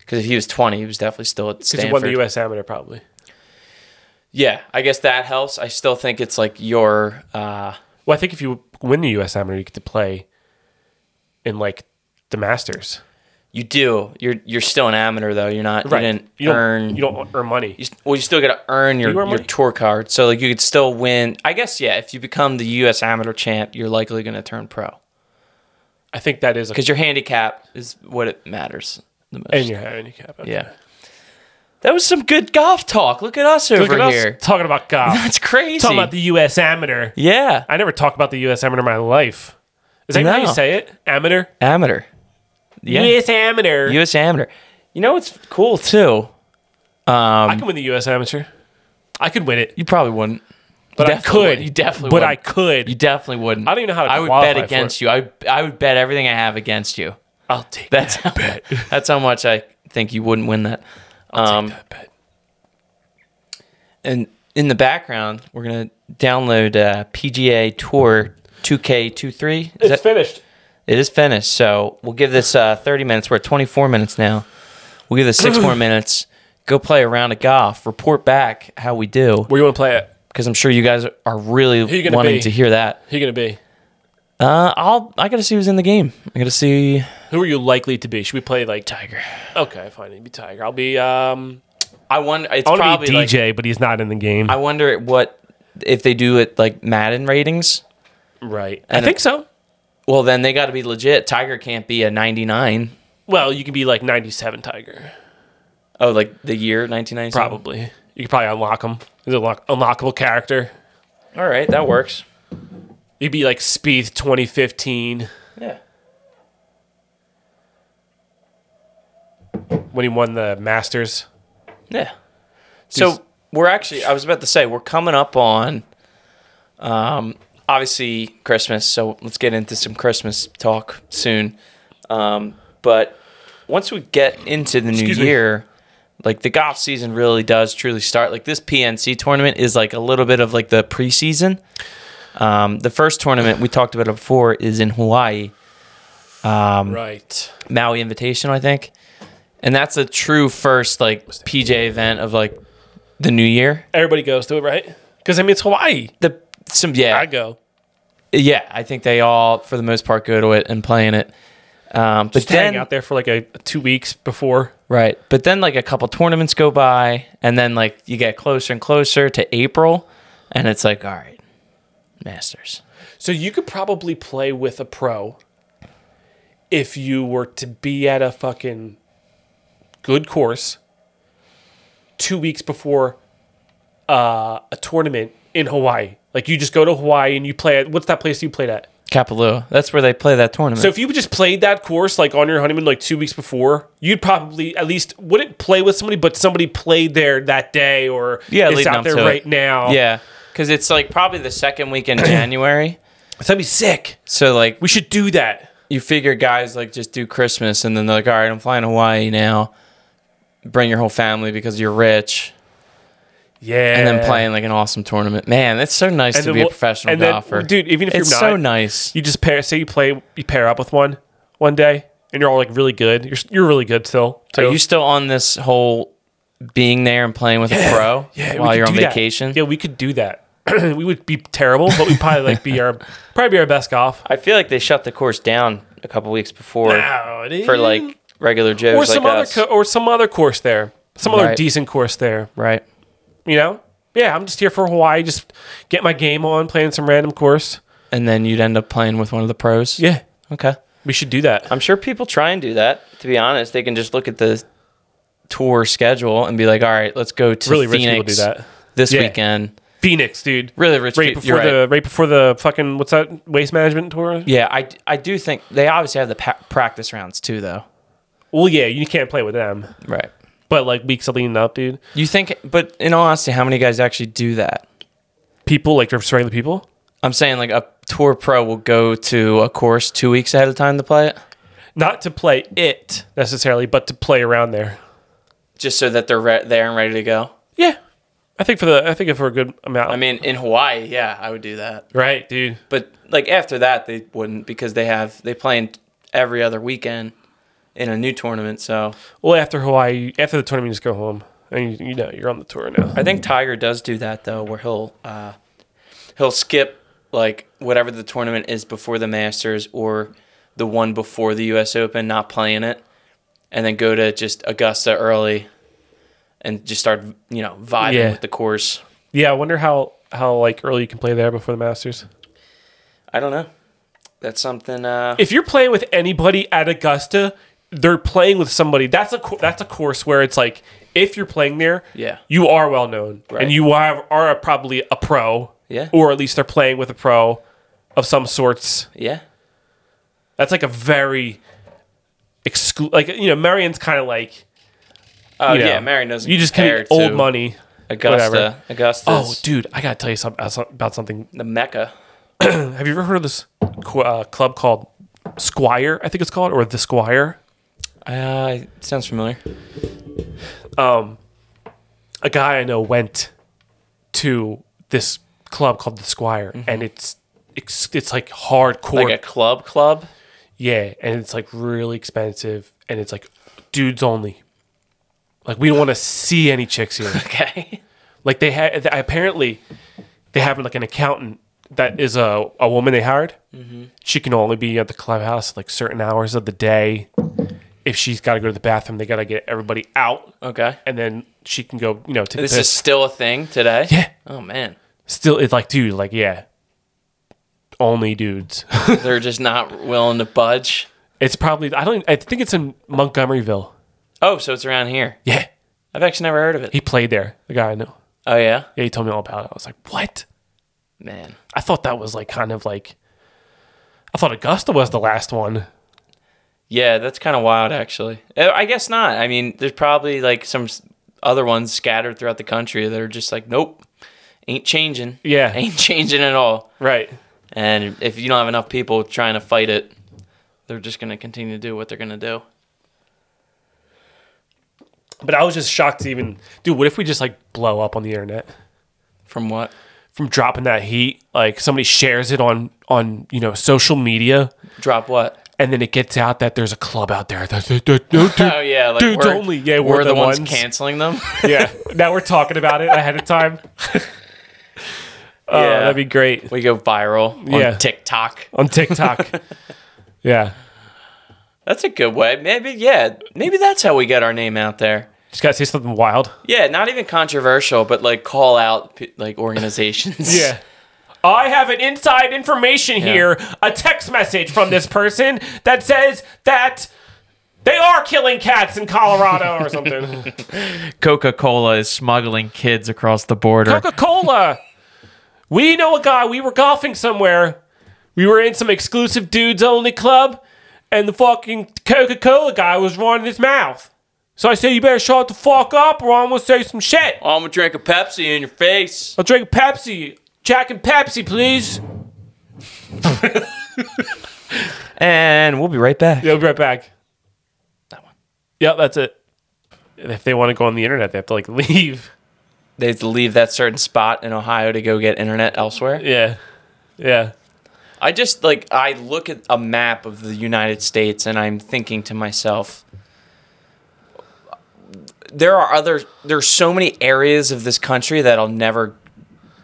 S1: Because if he was 20, he was definitely still at
S2: 'Cause he won the
S1: Stanford.
S2: U.S. Amateur probably.
S1: yeah, I guess that helps. I still think it's like your. Uh,
S2: Well, I think if you win the U.S. Amateur, you get to play in like the Masters.
S1: you do. You're you're still an amateur though. You're not. You didn't
S2: You don't
S1: earn.
S2: You don't earn money.
S1: you, well, you still got to earn your,
S2: You earn
S1: your
S2: money.
S1: tour card. So like you could still win. I guess yeah. If you become the U.S. amateur champ, you're likely going to turn pro
S2: I think that is a.
S1: because your handicap is what it matters the most.
S2: And your handicap. okay.
S1: Yeah. That was some good golf talk. Look at us over
S2: Look at us
S1: here.
S2: talking about
S1: [laughs]
S2: golf.
S1: That's crazy.
S2: talking about the U.S. Amateur.
S1: yeah,
S2: I never talk about the U.S. Amateur in my life. Is that how you
S1: No.
S2: say it? Amateur.
S1: amateur. Yeah.
S2: U.S. Amateur.
S1: U.S. amateur. You know what's cool too?
S2: I can win the U.S. Amateur. I could win it,
S1: You probably wouldn't.
S2: but I
S1: definitely
S2: could.
S1: would. You definitely would.
S2: But I could.
S1: You definitely wouldn't.
S2: I don't even know how to
S1: I would
S2: qualify
S1: bet
S2: for
S1: against you. I I would bet everything I have against you. [laughs]
S2: I'll take
S1: That's how, [laughs] that's how much I think you wouldn't win that. Um,
S2: that bet.
S1: and in the background, we're gonna download uh, PGA Tour 2K23. Is
S2: It's
S1: that,
S2: finished.
S1: It is finished. So we'll give this uh, 30 minutes. We're at 24 minutes now. We'll give this six
S2: [clears throat]
S1: more minutes. Go play a round of golf. Report back how we do.
S2: Where you want to play it?
S1: Because I'm sure you guys are really
S2: you gonna
S1: wanting
S2: be?
S1: to hear that.
S2: Who you gonna be?
S1: Uh, I'll. I gotta see who's in the game. I gotta see.
S2: Who are you likely to be? Should we play like? Ti-
S1: Tiger.
S2: Okay, fine. It'd be Tiger. I'll be. Um,
S1: I wonder. It's
S2: I want
S1: probably
S2: to be
S1: like-
S2: DJ, but he's not in the game.
S1: I wonder at what if they do it like Madden ratings.
S2: right. I
S1: And
S2: think
S1: it-
S2: so.
S1: Well, then they got to be legit. Tiger can't be a 99.
S2: Well, you can be like 97 Tiger,
S1: Oh, like the year 1997.
S2: probably. You could probably unlock him. He's a lock- unlockable character.
S1: All right, that works.
S2: He'd be like Speed 2015
S1: Yeah.
S2: when he won the Masters.
S1: Yeah. So we're actually, I was about to say, we're coming up on, um, obviously Christmas. So let's get into some Christmas talk soon. Um, but once we get into the
S2: Excuse
S1: new
S2: me.
S1: year, like the golf season really does truly start. Like this PNC tournament is like a little bit of like the preseason. Um, the first tournament we talked about it before is in Hawaii.
S2: Right.
S1: Maui Invitational, I think. And that's a true first like PJ event of like the new year.
S2: Everybody goes to it, right? Because, I mean, it's Hawaii.
S1: The some yeah.
S2: I go.
S1: yeah, I think they all for the most part go to it and play in it. Um, but
S2: Just
S1: then
S2: hang out there for like a two weeks before.
S1: right, but then like a couple tournaments go by and then like you get closer and closer to April and it's like all right. Masters.
S2: So you could probably play with a pro if you were to be at a fucking good course two weeks before uh, a tournament in Hawaii. Like you just go to Hawaii and you play at what's that place you played at?
S1: Kapalua. That's where they play that tournament.
S2: So if you just played that course like on your honeymoon like two weeks before, you'd probably at least wouldn't play with somebody, but somebody played there that day or
S1: yeah,
S2: it's
S1: leading
S2: out
S1: up
S2: there
S1: to it.
S2: right now.
S1: Yeah. Cause it's like probably the second week
S2: [coughs]
S1: in January.
S2: that'd be sick.
S1: So like
S2: We should do that.
S1: you figure guys like just do Christmas and then they're like, all right, I'm flying to Hawaii now. Bring your whole family because you're rich,
S2: Yeah,
S1: and then playing like an awesome tournament. Man, it's so nice
S2: And
S1: to
S2: then
S1: be a
S2: we'll-
S1: professional
S2: and then,
S1: golfer,
S2: dude, even if you're
S1: it's
S2: not-
S1: so nice.
S2: you just pair say you play you pair up with one one day and you're all like really good you're, you're really good still
S1: Are
S2: too.
S1: you still on this whole being there and playing with a pro
S2: we
S1: while
S2: could
S1: you're on
S2: do that.
S1: vacation?
S2: yeah we could do that [clears throat] we would be terrible but we'd probably like be our [laughs] probably be our best golf
S1: I feel like they shut the course down a couple weeks before for like regular Joes
S2: or some
S1: like
S2: other
S1: us.
S2: co- or some other course there some other
S1: Right.
S2: decent course there
S1: right.
S2: you know yeah i'm just here for hawaii just get my game on playing some random course
S1: And then you'd end up playing with one of the pros.
S2: yeah
S1: Okay.
S2: we should do that
S1: I'm sure people try and do that. To be honest, they can just look at the tour schedule and be like, "All right, let's go to
S2: really rich
S1: Phoenix
S2: people do that
S1: this
S2: Yeah.
S1: weekend."
S2: phoenix dude
S1: Really rich
S2: right
S1: people.
S2: before
S1: you're
S2: the
S1: right.
S2: right. before the fucking what's that waste management tour
S1: Yeah, I, I do think they obviously have the pa- practice rounds too, though.
S2: Well, yeah, you can't play with them,
S1: Right.
S2: but like weeks of leading up, dude.
S1: You think, but in all honesty, how many guys actually do that?
S2: People like just regular people.
S1: I'm saying like a tour pro will go to a course two weeks ahead of time to play it,
S2: Not to play it necessarily, but to play around there.
S1: just so that they're re- there and ready to go.
S2: Yeah, I think for the I think for a good amount.
S1: I mean, in Hawaii, yeah, I would do that.
S2: right, dude.
S1: But like after that, they wouldn't because they have they playing every other weekend in a new tournament. So
S2: Well, after Hawaii, after the tournament, you just go home, and you, you know you're on the tour now.
S1: I think Tiger does do that though, where he'll uh, he'll skip like whatever the tournament is before the Masters or the one before the U.S. Open, not playing it, and then go to just Augusta early and just start you know vibing
S2: Yeah.
S1: with the course.
S2: Yeah, I wonder how how like early you can play there before the Masters.
S1: I don't know. That's something. Uh,
S2: If you're playing with anybody at Augusta, they're playing with somebody. That's a co- that's a course where it's like if you're playing there,
S1: Yeah.
S2: you are well known
S1: Right.
S2: and you are are probably a pro.
S1: Yeah.
S2: Or at least they're playing with a pro of some sorts.
S1: yeah.
S2: That's like a very exclu- like you know, Marion's kind of like
S1: Oh
S2: you know,
S1: yeah, Marion doesn't.
S2: You just
S1: compare
S2: get old
S1: to
S2: money. whatever.
S1: Augusta. Augusta.
S2: Oh, dude, I gotta tell you something about something.
S1: the Mecca.
S2: Have you ever heard of this qu- uh, club called Squire? I think it's called, or the Squire.
S1: Uh, it sounds familiar.
S2: a guy I know went to this club called the Squire, and it's it's, it's like hardcore,
S1: Mm-hmm. Like a club, club. [laughs]
S2: yeah, and it's like really expensive, and it's like dudes only. Like we don't want to see any chicks here.
S1: Okay.
S2: like they had apparently they have like an accountant that is a, a woman they hired.
S1: Mm-hmm.
S2: She can only be at the clubhouse like certain hours of the day. If she's got to go to the bathroom, they got to get everybody out,
S1: Okay.
S2: and then she can go. You know, take
S1: This
S2: the
S1: is
S2: piss.
S1: still a thing today.
S2: Yeah.
S1: Oh man,
S2: still it's like dude like yeah only dudes
S1: they're just not willing to budge.
S2: it's probably i don't i think it's in montgomeryville
S1: Oh, so it's around here.
S2: yeah
S1: I've actually never heard of it.
S2: He played there. The guy I know.
S1: Oh yeah,
S2: Yeah, he told me all about it. I was like, what?
S1: man.
S2: I thought that was like kind of like. I thought Augusta was the last one.
S1: Yeah, that's kind of wild, actually. Uh, I guess not. I mean, there's probably like some s- other ones scattered throughout the country that are just like, nope, ain't changing.
S2: Yeah.
S1: ain't [laughs] changing at all.
S2: Right.
S1: And if you don't have enough people trying to fight it, they're just gonna continue to do what they're gonna do.
S2: But I was just shocked to even. Dude, what if we just like blow up on the internet?
S1: From what?
S2: From dropping that heat, like somebody shares it on on you know social media,
S1: Drop what?
S2: and then it gets out that there's a club out there that's that, that, that,
S1: Oh yeah, like
S2: Dudes
S1: we're,
S2: only. Yeah,
S1: we're, the, ones, canceling them.
S2: [laughs] yeah. Now we're talking about it ahead of [laughs] time. Oh,
S1: Yeah.
S2: that'd be
S1: [laughs]
S2: great
S1: we go viral on
S2: Yeah.
S1: TikTok.
S2: on [laughs] TikTok. yeah,
S1: That's a good way. Maybe yeah, maybe that's how we get our name out there.
S2: just gotta say something wild.
S1: Yeah, not even controversial, but like call out p- like
S2: [laughs]
S1: organizations.
S2: I have an inside information here, a text message from this person that says that they are killing cats in Colorado or something.
S1: Coca Cola is smuggling kids across the border.
S2: Coca Cola. We know a guy. We were golfing somewhere. We were in some exclusive dudes only club, and the fucking Coca Cola guy was running his mouth. So I said, "You better shut the fuck up, or I'm gonna say some shit."
S1: I'm gonna drink a Pepsi in your face.
S2: I'll drink Pepsi, Jack and Pepsi, please.
S1: And we'll be right back.
S2: Yeah, we'll be right back.
S1: That one.
S2: Yep, that's it. If they want to go on the internet, they have to like [laughs] leave.
S1: They have to leave that certain spot in Ohio to go get internet elsewhere.
S2: Yeah, yeah.
S1: I just like I look at a map of the United States and I'm thinking to myself there are other there's so many areas of this country that I'll never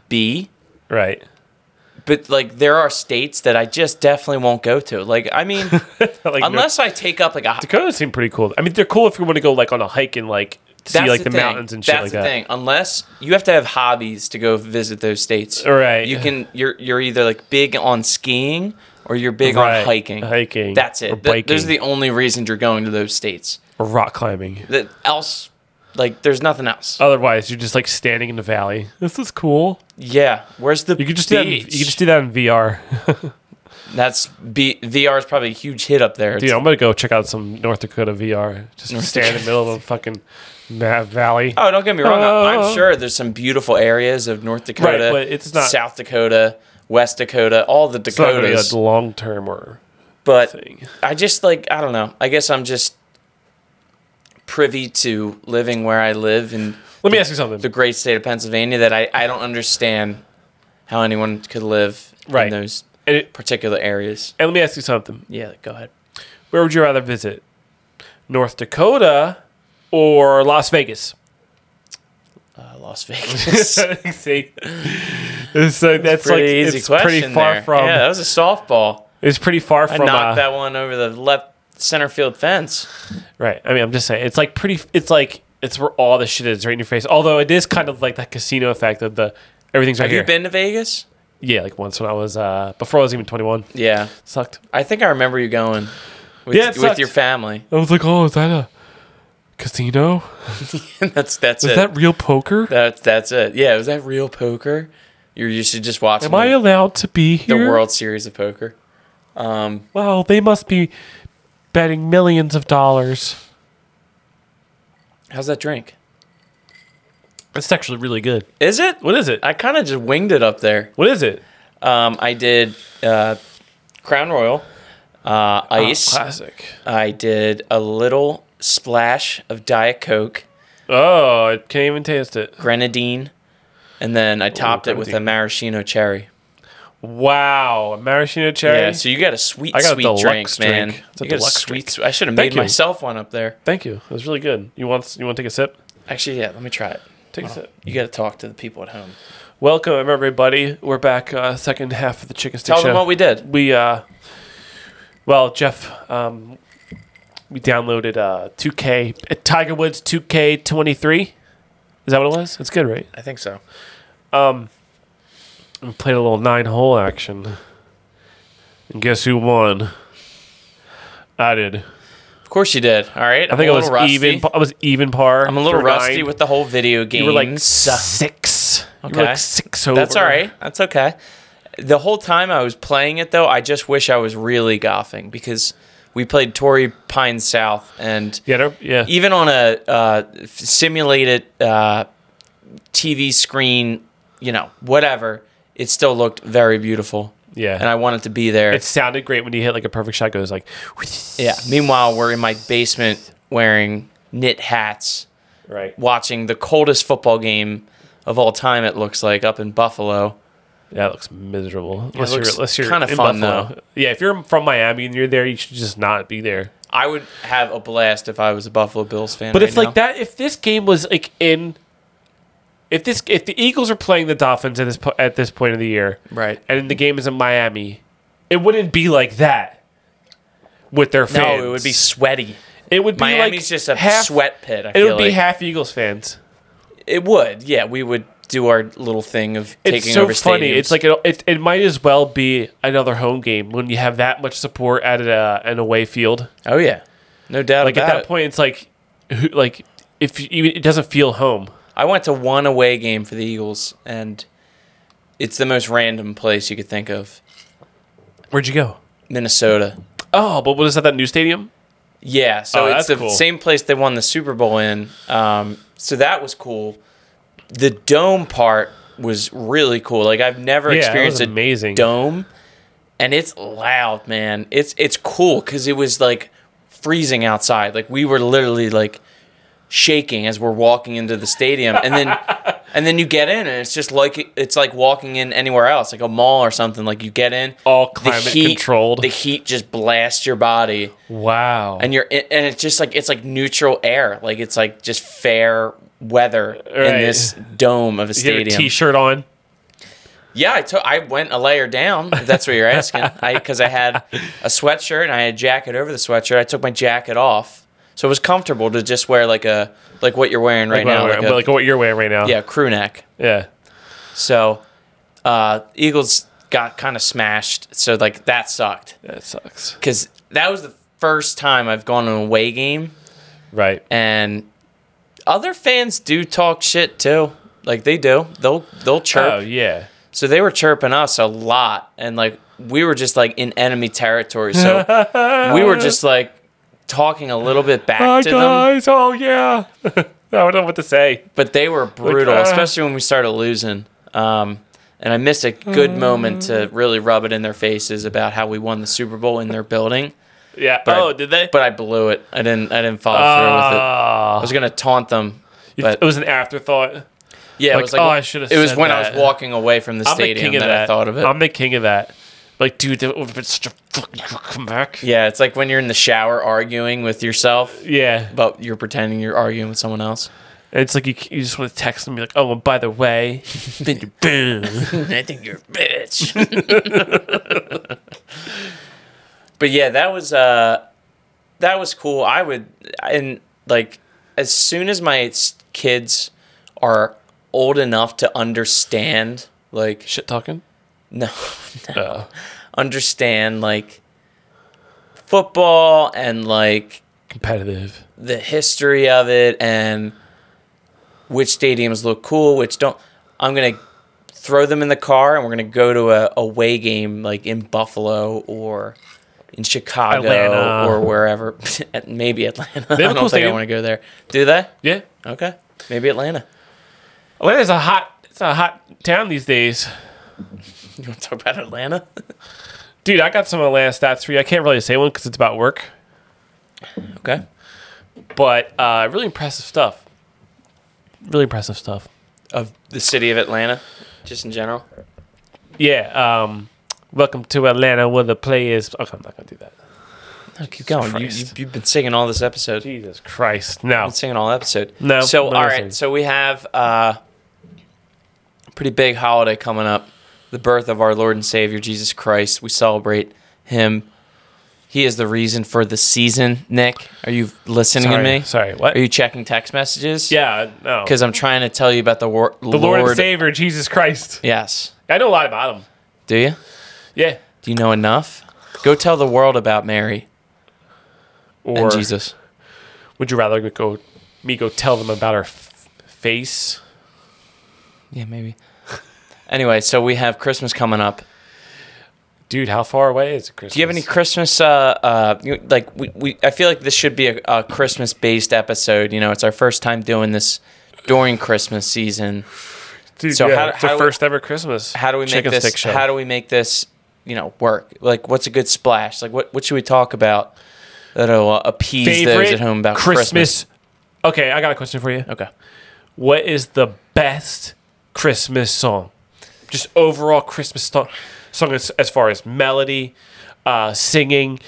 S1: be.
S2: Right. [laughs]
S1: but like there are states that I just definitely won't go to. Like I mean,
S2: like, North
S1: unless I take up like a
S2: Dakota seem pretty cool. I mean, they're cool if you want to go like on a hike and like see like the,
S1: thing.
S2: mountains and shit
S1: That's
S2: like
S1: the
S2: that.
S1: thing. Unless you have to have hobbies to go visit those states.
S2: Right.
S1: You can you're you're either like big on skiing or you're big
S2: Right.
S1: on hiking.
S2: Hiking.
S1: That's
S2: Or
S1: it. Th- those
S2: biking.
S1: are the only reasons you're going to those states.
S2: Or rock climbing.
S1: That else like there's nothing
S2: Uh,
S1: else.
S2: Otherwise, you're just like standing in the valley. This is cool.
S1: yeah. Where's the
S2: You could just do
S1: beach?
S2: that. In, you could just do that in VR.
S1: That's B- VR is probably a huge hit up there.
S2: Dude, I'm gonna go check out some North Dakota VR. Just stand in the middle of a fucking ma- valley.
S1: Oh, don't get me wrong. I-
S2: Oh.
S1: I'm sure there's some beautiful areas of North Dakota,
S2: Right, but it's not-
S1: South Dakota, West Dakota, all the
S2: it's not gonna be
S1: Dakotas.
S2: a long term or
S1: but
S2: thing.
S1: I just like I don't know. I guess I'm just privy to living where I live in
S2: Let me ask you something.
S1: the great state of Pennsylvania that I, I don't understand how anyone could live
S2: Right.
S1: in those
S2: and, it,
S1: particular areas.
S2: and let me ask you something.
S1: Yeah, go ahead.
S2: Where would you rather visit? North Dakota or Las Vegas? [laughs]
S1: Uh, Las Vegas.
S2: See, so that's like
S1: pretty easy
S2: it's
S1: question
S2: pretty far
S1: there.
S2: from.
S1: Yeah, that was a softball.
S2: It's pretty far
S1: I
S2: from.
S1: knocked
S2: uh,
S1: that one over the left center field fence.
S2: Right. I mean, I'm just saying it's like pretty. It's like it's where all the shit is right in your face. Although it is kind of like that casino effect of the everything's right
S1: Have
S2: here.
S1: you been to Vegas?
S2: Yeah, like once when I was uh before I was even 21.
S1: Yeah,
S2: Sucked.
S1: I think I remember you going with,
S2: Yeah, it
S1: with your
S2: sucked.
S1: family. [laughs]
S2: I was like, oh, is that a casino?
S1: that's that's it.
S2: real poker?
S1: that's that's it. Yeah, was that real poker? You you should just watch
S2: Am
S1: the,
S2: I allowed to be
S1: the
S2: here?
S1: World Series of Poker. Um,
S2: Wow, they must be betting millions of dollars.
S1: How's that drink?
S2: It's actually really good.
S1: Is it?
S2: What is it?
S1: I kind of just winged it up there.
S2: What is it?
S1: Um, I did uh, Crown Royal, uh,
S2: Oh,
S1: ice.
S2: classic.
S1: I did a little splash of Diet Coke,
S2: Oh, I can't even taste it.
S1: grenadine, and then I topped it with a
S2: grenadine.
S1: maraschino cherry.
S2: Wow, a maraschino cherry.
S1: Yeah, so you got a sweet,
S2: I got a
S1: sweet
S2: deluxe
S1: drink, man.
S2: drink. It's a
S1: You got a
S2: deluxe
S1: sweet.
S2: drink.
S1: sw- I should have
S2: Thank
S1: made
S2: you.
S1: myself one up there.
S2: Thank you. It was really good. You want you want to take a sip?
S1: Actually, yeah. Let me try it.
S2: Take a sip.
S1: You got to talk to the people at home.
S2: Welcome everybody. We're back uh, second half of the chicken stick
S1: Tell
S2: show.
S1: them what we did.
S2: we uh well jeff um we downloaded uh 2k uh, tiger woods 2k23 is that what it was it's good right
S1: I think so.
S2: we played a little nine hole action and guess who won i did
S1: Of course you did. All right.
S2: I think
S1: a
S2: I was
S1: little rusty.
S2: even. I was even par.
S1: I'm a little
S2: for
S1: rusty
S2: nine.
S1: with the whole video games.
S2: You were like six. You were
S1: Okay.
S2: like six over.
S1: That's all right. That's okay. The whole time I was playing it, though, I just wish I was really golfing because we played Torrey Pine South, and
S2: Yeah. they're- Yeah.
S1: even on a uh, f- simulated uh, TV screen, you know, whatever, it still looked very beautiful.
S2: Yeah.
S1: And I wanted to be there.
S2: It sounded great when you hit like a perfect shot. It Goes like,
S1: yeah. Meanwhile, we're in my basement wearing knit hats.
S2: right.
S1: watching the coldest football game of all time. It looks like up in Buffalo.
S2: That looks miserable. Unless
S1: looks
S2: you're, unless you're
S1: kinda
S2: in
S1: fun,
S2: Buffalo. Yeah, if you're from Miami and you're there, you should just not be there.
S1: I would have a blast if I was a Buffalo Bills fan.
S2: But
S1: right
S2: if like
S1: now.
S2: that, if this game was like in, if this, if the Eagles are playing the Dolphins at this po- at this point of the year,
S1: right?
S2: and the game is in Miami, it wouldn't be like that with their
S1: No,
S2: fans.
S1: it would be sweaty.
S2: It would be
S1: Miami's
S2: like
S1: just a
S2: half,
S1: sweat pit. I
S2: It
S1: feel
S2: would be
S1: like.
S2: half Eagles fans.
S1: It would. Yeah, we would do our little thing of
S2: It's
S1: taking
S2: so
S1: over
S2: funny.
S1: stadiums.
S2: It's like it, it, it might as well be another home game when you have that much support at a, an away field.
S1: oh yeah, no doubt
S2: Like
S1: about
S2: at that
S1: it.
S2: point, it's like, who, like if you, it doesn't feel home.
S1: I went to one away game for the Eagles, and it's the most random place you could think of.
S2: Where'd you go?
S1: Minnesota.
S2: Oh, but what is that? That new stadium?
S1: Yeah, so
S2: Oh,
S1: it's
S2: that's
S1: the
S2: cool.
S1: same place they won the Super Bowl in. Um, so that was cool. The dome part was really cool. Like I've never
S2: Yeah, that was
S1: experienced a
S2: amazing.
S1: dome, and it's loud, man. It's it's cool because it was like freezing outside. Like we were literally like shaking as we're walking into the stadium, and
S2: [laughs]
S1: then and then you get in, and it's just like it's like walking in anywhere else, like a mall or something. Like you get in,
S2: All
S1: the
S2: climate
S1: heat-
S2: controlled.
S1: The heat just blasts your body
S2: Wow.
S1: and you're in, and it's just like it's like neutral air like it's like just fair weather in
S2: Right.
S1: this dome of a
S2: you get a
S1: stadium
S2: T-shirt on.
S1: yeah i took i went a layer down if that's what you're
S2: [laughs]
S1: asking i because i had a sweatshirt and i had a jacket over the sweatshirt i took my jacket off so it was comfortable to just wear like a like what you're wearing right
S2: Well,
S1: now
S2: right,
S1: like,
S2: but
S1: a,
S2: like what you're wearing right now.
S1: yeah crew neck
S2: Yeah.
S1: so uh eagles got kind of smashed so like that sucked
S2: That sucks.
S1: because that was the first time i've gone to an away game
S2: Right.
S1: and other fans do talk shit too. Like they do, they'll they'll chirp.
S2: Oh yeah.
S1: So they were chirping us a lot, and like we were just like in enemy territory. So
S2: [laughs]
S1: we were just like talking a little bit back
S2: Hi
S1: to them,
S2: guys. Oh yeah. [laughs] I don't know what to say.
S1: but they were brutal,
S2: "Ah."
S1: especially when we started losing. Um, and I missed a good
S2: Mm.
S1: moment to really rub it in their faces about how we won the Super Bowl in their building.
S2: Yeah.
S1: But I-
S2: oh, did they?
S1: But I blew it. I didn't. I didn't follow through with it. I
S2: Ah.
S1: was gonna taunt them.
S2: it was an afterthought.
S1: Yeah,
S2: Like,
S1: it was like
S2: "Oh, I should've
S1: It was
S2: said
S1: when I
S2: that."
S1: was walking away from the
S2: I'm the
S1: stadium
S2: king of
S1: that,
S2: that.
S1: I thought of it.
S2: I'm the king of that. Like, dude, that would have been such a fucking come back.
S1: yeah, it's like when you're in the shower arguing with yourself,
S2: Yeah.
S1: but you're pretending you're arguing with someone else.
S2: And it's like you, you just want to text them and be like, oh, and by
S1: [laughs]
S2: the way, boom.
S1: [laughs] I think you're a bitch. [laughs] but yeah, that was uh, that was cool. I would and like as soon as my s- kids are old enough to understand, like
S2: Shit talking.
S1: no, [laughs]
S2: Uh,
S1: understand like football and like
S2: competitive.
S1: the history of it and which stadiums look cool, which don't. I'm gonna throw them in the car and we're gonna go to a away game like in Buffalo or in Chicago
S2: Atlanta.
S1: or wherever. [laughs] At- Maybe Atlanta.
S2: They have a
S1: I don't
S2: cool
S1: think I
S2: stadium.
S1: want to go there. Do they?
S2: Yeah.
S1: Okay, maybe Atlanta. [laughs]
S2: Atlanta's a hot, it's a hot town these days.
S1: You want to talk about Atlanta?
S2: Dude, I got some Atlanta stats for you. I can't really say one because it's about work,
S1: okay.
S2: but uh, really impressive stuff. Really impressive stuff.
S1: Of the city of Atlanta, just in general.
S2: Yeah. Um, welcome to Atlanta, where the play is. Okay, I'm not gonna do that.
S1: No, keep going. You, you,
S2: Christ.
S1: you've been singing all this episode.
S2: Jesus Christ! No.
S1: been singing all episode.
S2: No,
S1: So
S2: no,
S1: all
S2: it's
S1: right.
S2: not.
S1: So we have uh, a pretty big holiday coming up. The birth of our Lord and Savior Jesus Christ. We celebrate him. He is the reason for the season. Nick, are you listening
S2: Sorry.
S1: to me?
S2: Sorry. What?
S1: Are you checking text messages?
S2: yeah. No.
S1: Because I'm trying to tell you about the, wor-
S2: the Lord, and Savior Jesus Christ.
S1: Yes.
S2: I know a lot about him.
S1: Do you?
S2: Yeah.
S1: Do you know enough? Go tell the world about Mary.
S2: Or
S1: and Jesus.
S2: would you rather go me go tell them about our f- face?
S1: Yeah, maybe. anyway, so we have Christmas coming up.
S2: Dude, how far away is it Christmas?
S1: Do you have any Christmas? Uh, uh, you- like we, we, I feel like this should be a, a Christmas-based episode. You know, it's our first time doing this during Christmas season.
S2: Dude,
S1: So
S2: yeah,
S1: how-
S2: it's our
S1: how do we-
S2: first ever Christmas.
S1: How do we make
S2: chicken
S1: this?
S2: Stick show.
S1: How do we make this? You know, work. Like, what's a good splash? Like, what what should we talk about that'll uh, appease those at home about Christmas?
S2: Christmas. Okay, I got a question for you.
S1: Okay.
S2: What is the best Christmas song? Just overall Christmas song, song as, as far as melody, uh, singing,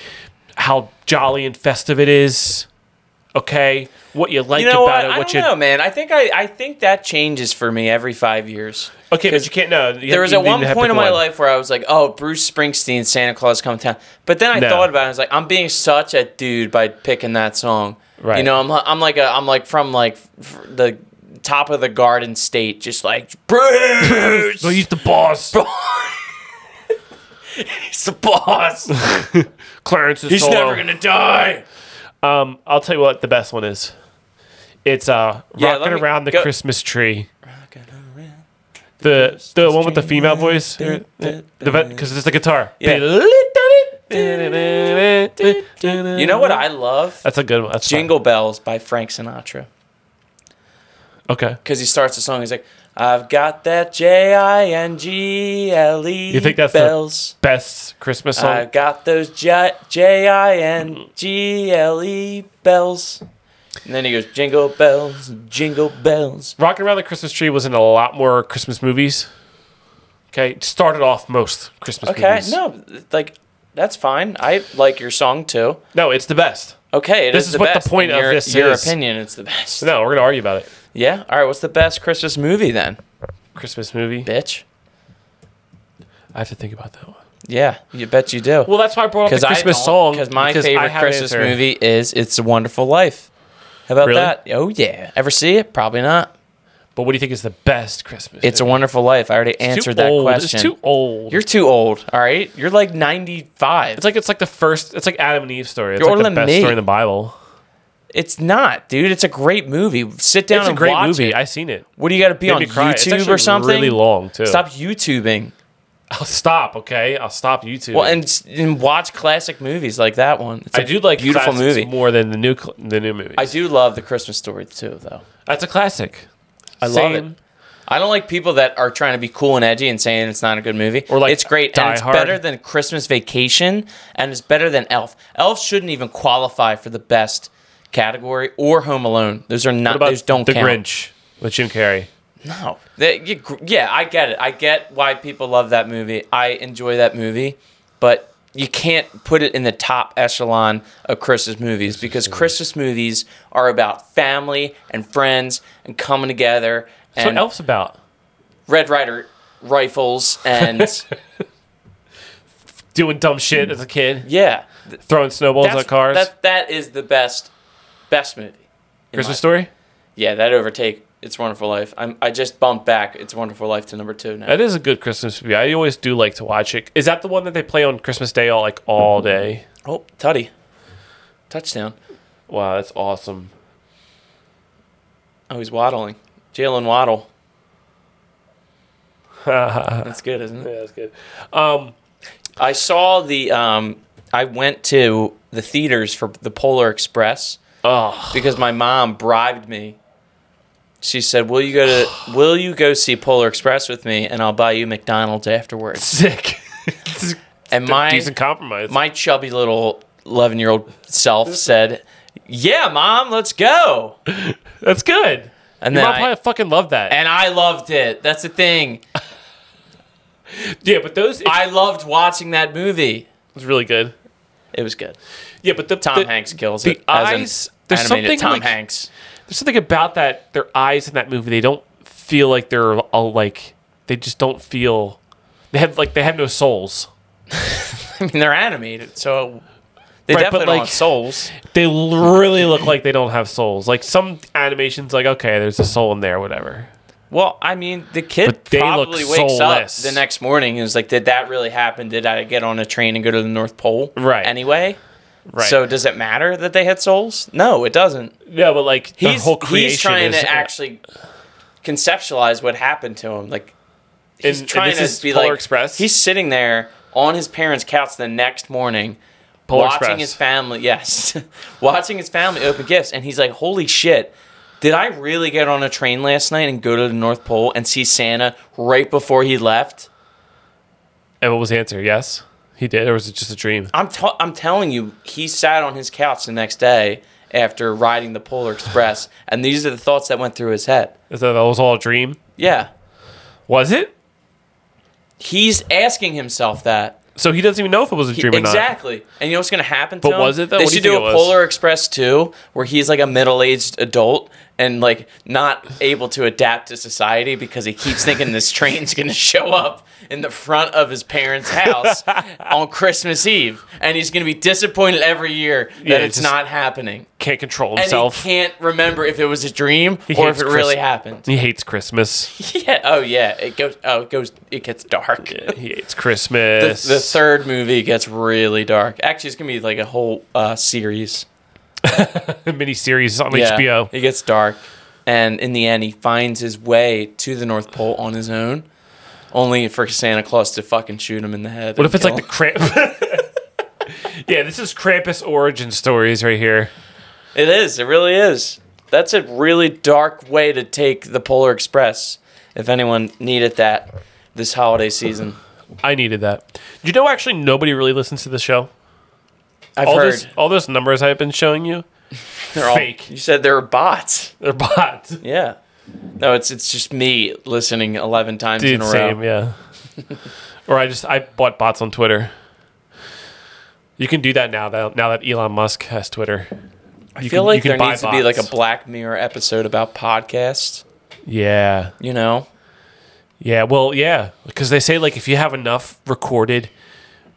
S2: how jolly and festive it is. Okay, what you like
S1: You know what?
S2: about it,
S1: I
S2: what
S1: don't
S2: you
S1: know, man. I think I, I think that changes for me every five years.
S2: okay, but you can't know. You-
S1: there was
S2: you
S1: at
S2: need
S1: one
S2: to have
S1: point
S2: pick
S1: in my
S2: one.
S1: life where I was like, "Oh, Bruce Springsteen, Santa Claus Come to Town," but then I
S2: No.
S1: thought about it. I was like, "I'm being such a dude by picking that song."
S2: Right.
S1: You know, I'm I'm like a I'm like from like f- the top of the Garden State, just like Bruce.
S2: No, he's the
S1: [laughs]
S2: boss.
S1: He's the boss. [laughs]
S2: Clarence is
S1: He's
S2: solo.
S1: never gonna die.
S2: Um, I'll tell you what the best one is. It's uh,
S1: Yeah, let
S2: rocking
S1: me-
S2: around the
S1: go-
S2: Christmas tree. The the one with the female voice. The because it's the guitar.
S1: Yeah.
S2: You
S1: You know what I love?
S2: That's a good one. That's fun.
S1: Jingle Bells by Frank Sinatra.
S2: Okay.
S1: because he starts the song. He's like, "I've got that J I N G L E
S2: You think that's the-
S1: bells.
S2: Best Christmas song.
S1: I've got those J J I N G L E bells." And then he goes, "Jingle bells, jingle bells."
S2: Rocking around the Christmas tree was in a lot more Christmas movies. Okay, it started off most Christmas
S1: Okay,
S2: movies.
S1: no, like that's fine. I like your song too.
S2: no, it's the best.
S1: Okay, it
S2: This is
S1: the
S2: what the
S1: best.
S2: point
S1: In
S2: of
S1: your,
S2: this
S1: Your
S2: is.
S1: opinion, it's the best.
S2: No, we're gonna argue about it.
S1: Yeah. All right. What's the best Christmas movie then,
S2: Christmas movie.
S1: bitch?
S2: I have to think about that one.
S1: Yeah, you bet you do.
S2: Well, that's why I brought up the Christmas song
S1: Because my
S2: because I
S1: favorite
S2: have an
S1: Christmas
S2: answer.
S1: movie is It's a Wonderful Life. How about
S2: Really?
S1: that? Oh yeah. Ever see it? Probably not.
S2: But what do you think is the best Christmas?
S1: It's a Wonderful Life. I already
S2: It's too
S1: answered that
S2: old.
S1: question.
S2: It's too old.
S1: You're too old. All right. You're like 95.
S2: it's like it's like the first. It's like Adam and Eve story. It's
S1: You're
S2: like
S1: older
S2: the
S1: than
S2: best
S1: me.
S2: story in the Bible.
S1: it's not, dude. It's a great movie. Sit down
S2: It's a
S1: and
S2: great
S1: watch
S2: movie.
S1: it.
S2: I seen it.
S1: What do you got to be
S2: Made
S1: on
S2: me cry. It's
S1: YouTube
S2: actually
S1: or something?
S2: Really long too.
S1: Stop YouTubing.
S2: [laughs] I'll stop. Okay, I'll stop YouTube.
S1: Well, and, and watch classic movies like that one. It's
S2: I
S1: a
S2: do like
S1: beautiful
S2: classics
S1: movie.
S2: more than the new cl- the new movies.
S1: I do love the Christmas story too, though.
S2: That's a classic.
S1: I love it. I don't like people that are trying to be cool and edgy and saying it's not a good movie.
S2: Or like
S1: it's great
S2: Die
S1: and it's
S2: Hard.
S1: better than Christmas Vacation and it's better than Elf. Elf shouldn't even qualify for the best category or Home Alone. Those are not.
S2: What about
S1: those don't
S2: the
S1: count.
S2: Grinch with Jim Carrey?
S1: No. They- you- yeah, I get it. I get why people love that movie. I enjoy that movie, but you can't put it in the top echelon of Christmas movies because Christmas movies are about family and friends and coming together.
S2: That's
S1: and
S2: what Elf's about.
S1: Red Rider rifles [laughs] and
S2: Doing dumb shit as a kid,
S1: yeah, th-
S2: throwing snowballs
S1: that's-
S2: at cars.
S1: That that is the best best movie. in my-
S2: Christmas story.
S1: Yeah, that overtake It's a Wonderful Life. I'm I just bumped back It's a Wonderful Life to number two now.
S2: That is a good Christmas movie. I always do like to watch it. Is that the one that they play on Christmas Day all like all day?
S1: oh, Tutty, touchdown!
S2: Wow, that's awesome.
S1: Oh, he's waddling. Jalen Waddle.
S2: [laughs]
S1: That's good, isn't it?
S2: Yeah, that's good.
S1: I saw the um, I went to the theaters for the Polar Express.
S2: Oh,
S1: because my mom bribed me. She said, "Will you go
S2: [sighs]
S1: to Will you go see Polar Express with me, and I'll buy you McDonald's afterwards."
S2: sick. It's
S1: And [laughs]
S2: a
S1: my
S2: decent compromise.
S1: my chubby little eleven year old
S2: [laughs]
S1: self said, "Yeah, mom, let's go."
S2: that's good.
S1: And
S2: Your
S1: then
S2: mom
S1: I,
S2: probably fucking loved that.
S1: and I loved it. That's the thing.
S2: yeah, but those
S1: I loved watching that movie.
S2: it's really good.
S1: It was good.
S2: Yeah, but the
S1: Tom
S2: the-
S1: Hanks kills
S2: the
S1: it. as an
S2: eyes- there's
S1: animated
S2: something
S1: Tom
S2: like-
S1: Hanks.
S2: There's something about that. Their eyes in that movie, they don't feel like they're all like they just don't feel. They have like they have no souls.
S1: I mean, they're animated, so they
S2: Right, but
S1: definitely don't
S2: like-
S1: have souls.
S2: They l- really look like they don't have souls. Like some animations, like okay, there's a soul in there, whatever.
S1: Well, I mean, the kid
S2: But they look
S1: probably wakes
S2: soulless.
S1: up the next morning and is like, "Did that really happen? Did I get on a train and go to the North Pole?"
S2: Right.
S1: Anyway,
S2: Right.
S1: So does it matter that they had souls? No, it doesn't.
S2: yeah, but like the
S1: he's
S2: whole creation
S1: he's trying
S2: is,
S1: to actually conceptualize what happened to him. Like he's
S2: and
S1: trying
S2: this
S1: to
S2: is
S1: be
S2: Polar
S1: like
S2: Express?
S1: he's sitting there on his parents' couch the next morning,
S2: Polar
S1: watching
S2: Express.
S1: his family. Yes, [laughs] watching his family open gifts, and he's like, "Holy shit." Did I really get on a train last night and go to the North Pole and see Santa right before he left?
S2: And what was the answer? Yes, he did, or was it just a dream?
S1: I'm t- I'm telling you, he sat on his couch the next day after riding the Polar Express, and these are the thoughts that went through his head.
S2: Is that that was all a dream?
S1: Yeah,
S2: Was it?
S1: he's asking himself that
S2: So he doesn't even know if it was a dream or not.
S1: exactly. And you know what's gonna happen? To
S2: But
S1: him?
S2: was it, though?
S1: They
S2: What do you
S1: should
S2: think
S1: do
S2: it
S1: a
S2: was?
S1: Polar Express too, where he's like a middle-aged adult and like not able to adapt to society because he keeps thinking
S2: [laughs]
S1: this train's gonna show up in the front of his parents'
S2: [laughs]
S1: house on Christmas Eve, and he's gonna be disappointed every year that
S2: Yeah,
S1: it's
S2: just-
S1: not happening.
S2: Can't control
S1: and
S2: himself.
S1: he can't remember if it was a dream or if
S2: hates
S1: it really
S2: Christ-
S1: happened. [laughs]
S2: He hates Christmas.
S1: Yeah. Oh yeah. It goes. Oh, it goes. It gets dark.
S2: He hates
S1: The,
S2: Christmas.
S1: the third movie gets really dark. Actually, it's gonna be like a whole uh, series.
S2: mini series on
S1: Yeah,
S2: HBO.
S1: It gets dark, and in the end, he finds his way to the North Pole on his own, only for Santa Claus to fucking shoot him in the head.
S2: What if it's like the Kramp? [laughs] yeah, this is Krampus origin stories right here.
S1: It is. It really is. That's a really dark way to take the Polar Express. If anyone needed that this holiday season,
S2: I needed that. You know, actually, nobody really listens to the show.
S1: I've
S2: All
S1: heard.
S2: those, all those numbers I've been showing you,
S1: They're all-
S2: fake.
S1: you said they were bots.
S2: they're bots.
S1: Yeah. No, it's it's just me listening eleven times in
S2: Dude,
S1: a row.
S2: same, yeah. [laughs] or I just I bought bots on Twitter. You can do that now. That now that Elon Musk has Twitter,
S1: I feel like there needs to be like a Black Mirror episode about podcasts.
S2: yeah,
S1: You know,
S2: yeah. Well, yeah, because they say like if you have enough recorded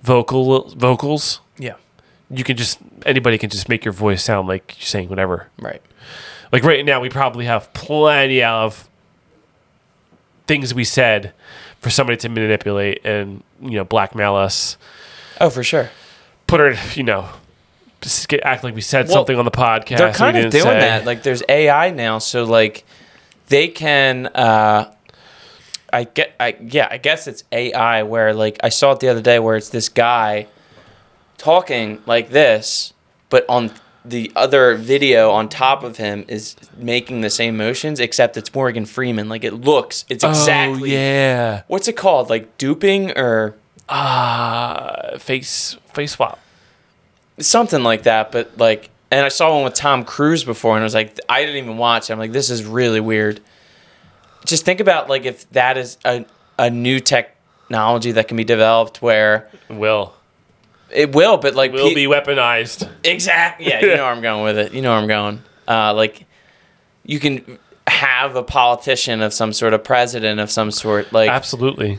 S2: vocal vocals,
S1: Yeah.
S2: you can just anybody can just make your voice sound like you're saying whatever.
S1: right?
S2: Like right now, we probably have plenty of things we said for somebody to manipulate and you know blackmail us.
S1: Oh, for sure.
S2: put her, you know, just get, act like we said
S1: Well,
S2: something on the podcast.
S1: They're
S2: we
S1: kind of
S2: didn't
S1: doing
S2: say.
S1: that. Like, there's AI now, so like they can. uh I get. I yeah. I guess it's AI where like I saw it the other day where it's this guy talking like this, but on the other video on top of him is making the same motions, except it's Morgan Freeman. Like it looks, it's
S2: Oh,
S1: exactly.
S2: yeah.
S1: What's it called? Like duping or
S2: Uh, face face swap.
S1: something like that. But like, and I saw one with Tom Cruise before, and I was like, I didn't even watch. it. I'm like, this is really weird. Just think about like if that is a a new technology that can be developed where
S2: Will
S1: it will, but like
S2: will
S1: pe-
S2: be weaponized.
S1: Exactly. Yeah, you know where I'm going with it. You know where I'm going. Uh, like, you can have a politician of some sort, a president of some sort, like,
S2: Absolutely.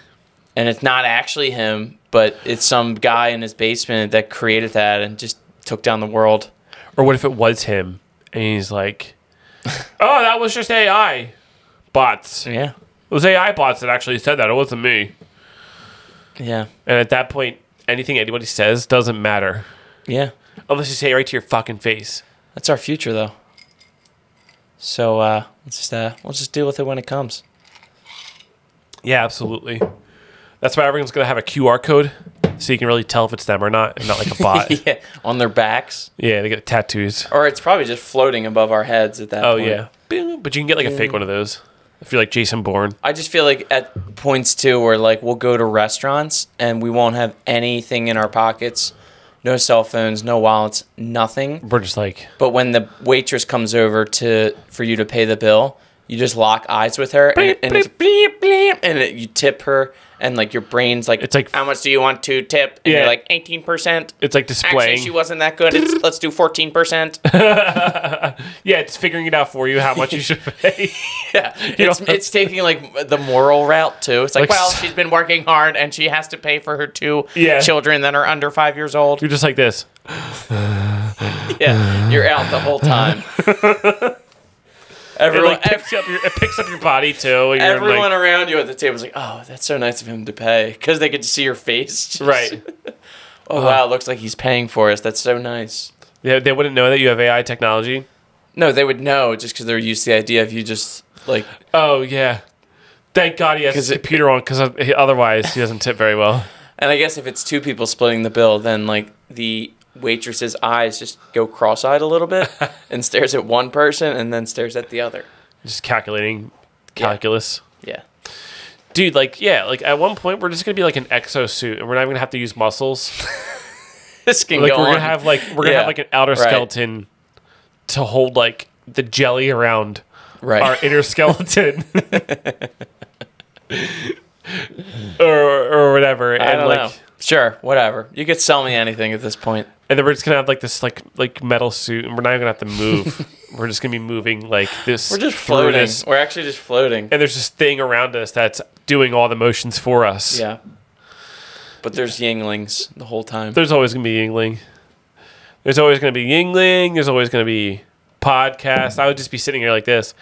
S1: and it's not actually him, but it's some guy in his basement that created that and just took down the world.
S2: Or what if it was him and
S1: [laughs]
S2: he's like, "Oh, that was just AI bots. It
S1: Yeah.
S2: was AI bots that actually said that. It wasn't me."
S1: Yeah.
S2: And at that point, anything anybody says doesn't matter
S1: Yeah.
S2: unless you say it right to your fucking face.
S1: That's our future, though. So uh, let's just uh, we'll just deal with it when it comes.
S2: Yeah, absolutely. That's why everyone's gonna have a QR code, so you can really tell if it's them or not, and not like
S1: [laughs]
S2: a bot.
S1: yeah, on their backs,
S2: yeah, they get tattoos.
S1: or it's probably just floating above our heads at that.
S2: Oh
S1: point.
S2: yeah, Bing. but you can get like a fake one of those if you're like Jason Bourne.
S1: I just feel like at points too where like we'll go to restaurants and we won't have anything in our pockets, no cell phones, no wallets, nothing.
S2: We're just like,
S1: But when the waitress comes over to for you to pay the bill, you just lock eyes with her and, it, and it's bleep bleep and it, you tip her and like your brain's like
S2: It's like-
S1: how much do you want to tip and
S2: Yeah.
S1: you're like eighteen percent.
S2: it's like
S1: Actually,
S2: displaying.
S1: she wasn't that good. It's, let's do fourteen
S2: [laughs]
S1: percent. [laughs]
S2: yeah, it's figuring it out for you how much
S1: [laughs]
S2: you should pay.
S1: Yeah, it's,
S2: know?
S1: it's taking like the moral route too. It's like,
S2: Like
S1: well,
S2: s-
S1: she's been working hard and she has to pay for her two
S2: Yeah.
S1: children that are under five years old.
S2: [laughs] you're just like this.
S1: Yeah, you're out the whole time.
S2: [laughs]
S1: everyone,
S2: it like picks you up your, it picks up your body too. [laughs] and you're,
S1: everyone
S2: like,
S1: around you at the table is like, oh, that's so nice of him to pay because they get to see your face. [laughs]
S2: right. Uh-huh.
S1: Oh wow, it looks like he's paying for us. That's so nice.
S2: They, they wouldn't know that you have AI technology.
S1: No, they would know just because they're used to the idea of you just like
S2: Oh yeah. Thank God he has his
S1: 'Cause it-
S2: computer on because otherwise he doesn't tip very well.
S1: And I guess if it's two people splitting the bill, then like the waitress's eyes just go cross-eyed a little
S2: [laughs]
S1: bit and stares at one person and then stares at the other.
S2: Just calculating calculus.
S1: Yeah.
S2: Dude, like yeah, like at one point we're just gonna be like an exosuit and we're not even gonna have to
S1: [laughs]
S2: use muscles.
S1: [laughs] This can
S2: Like
S1: go
S2: we're
S1: on.
S2: gonna have like we're gonna
S1: Yeah.
S2: have like an outer
S1: Right.
S2: skeleton to hold like the jelly around
S1: right.
S2: our inner skeleton. or or whatever.
S1: [laughs] I
S2: and
S1: don't
S2: like
S1: know. Sure, whatever. You could sell me anything at this point.
S2: and then we're just gonna have like this like like metal suit and we're not even gonna have
S1: [laughs]
S2: to move. we're just gonna be moving like this.
S1: We're just
S2: through
S1: floating.
S2: this-
S1: We're actually just floating.
S2: and there's this thing around us that's doing all the motions for us.
S1: Yeah. But there's Yinglings the whole time.
S2: There's always gonna be Yingling. There's always gonna be Yingling. There's always gonna be podcast. I would just be sitting here like this,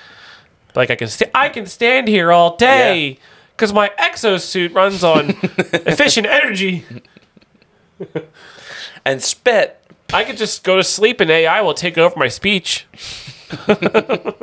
S2: like I can st- I can stand here all day because my exosuit
S1: [laughs]
S2: runs on efficient energy.
S1: And spit.
S2: I could just go to sleep and AI will take over my speech. [laughs]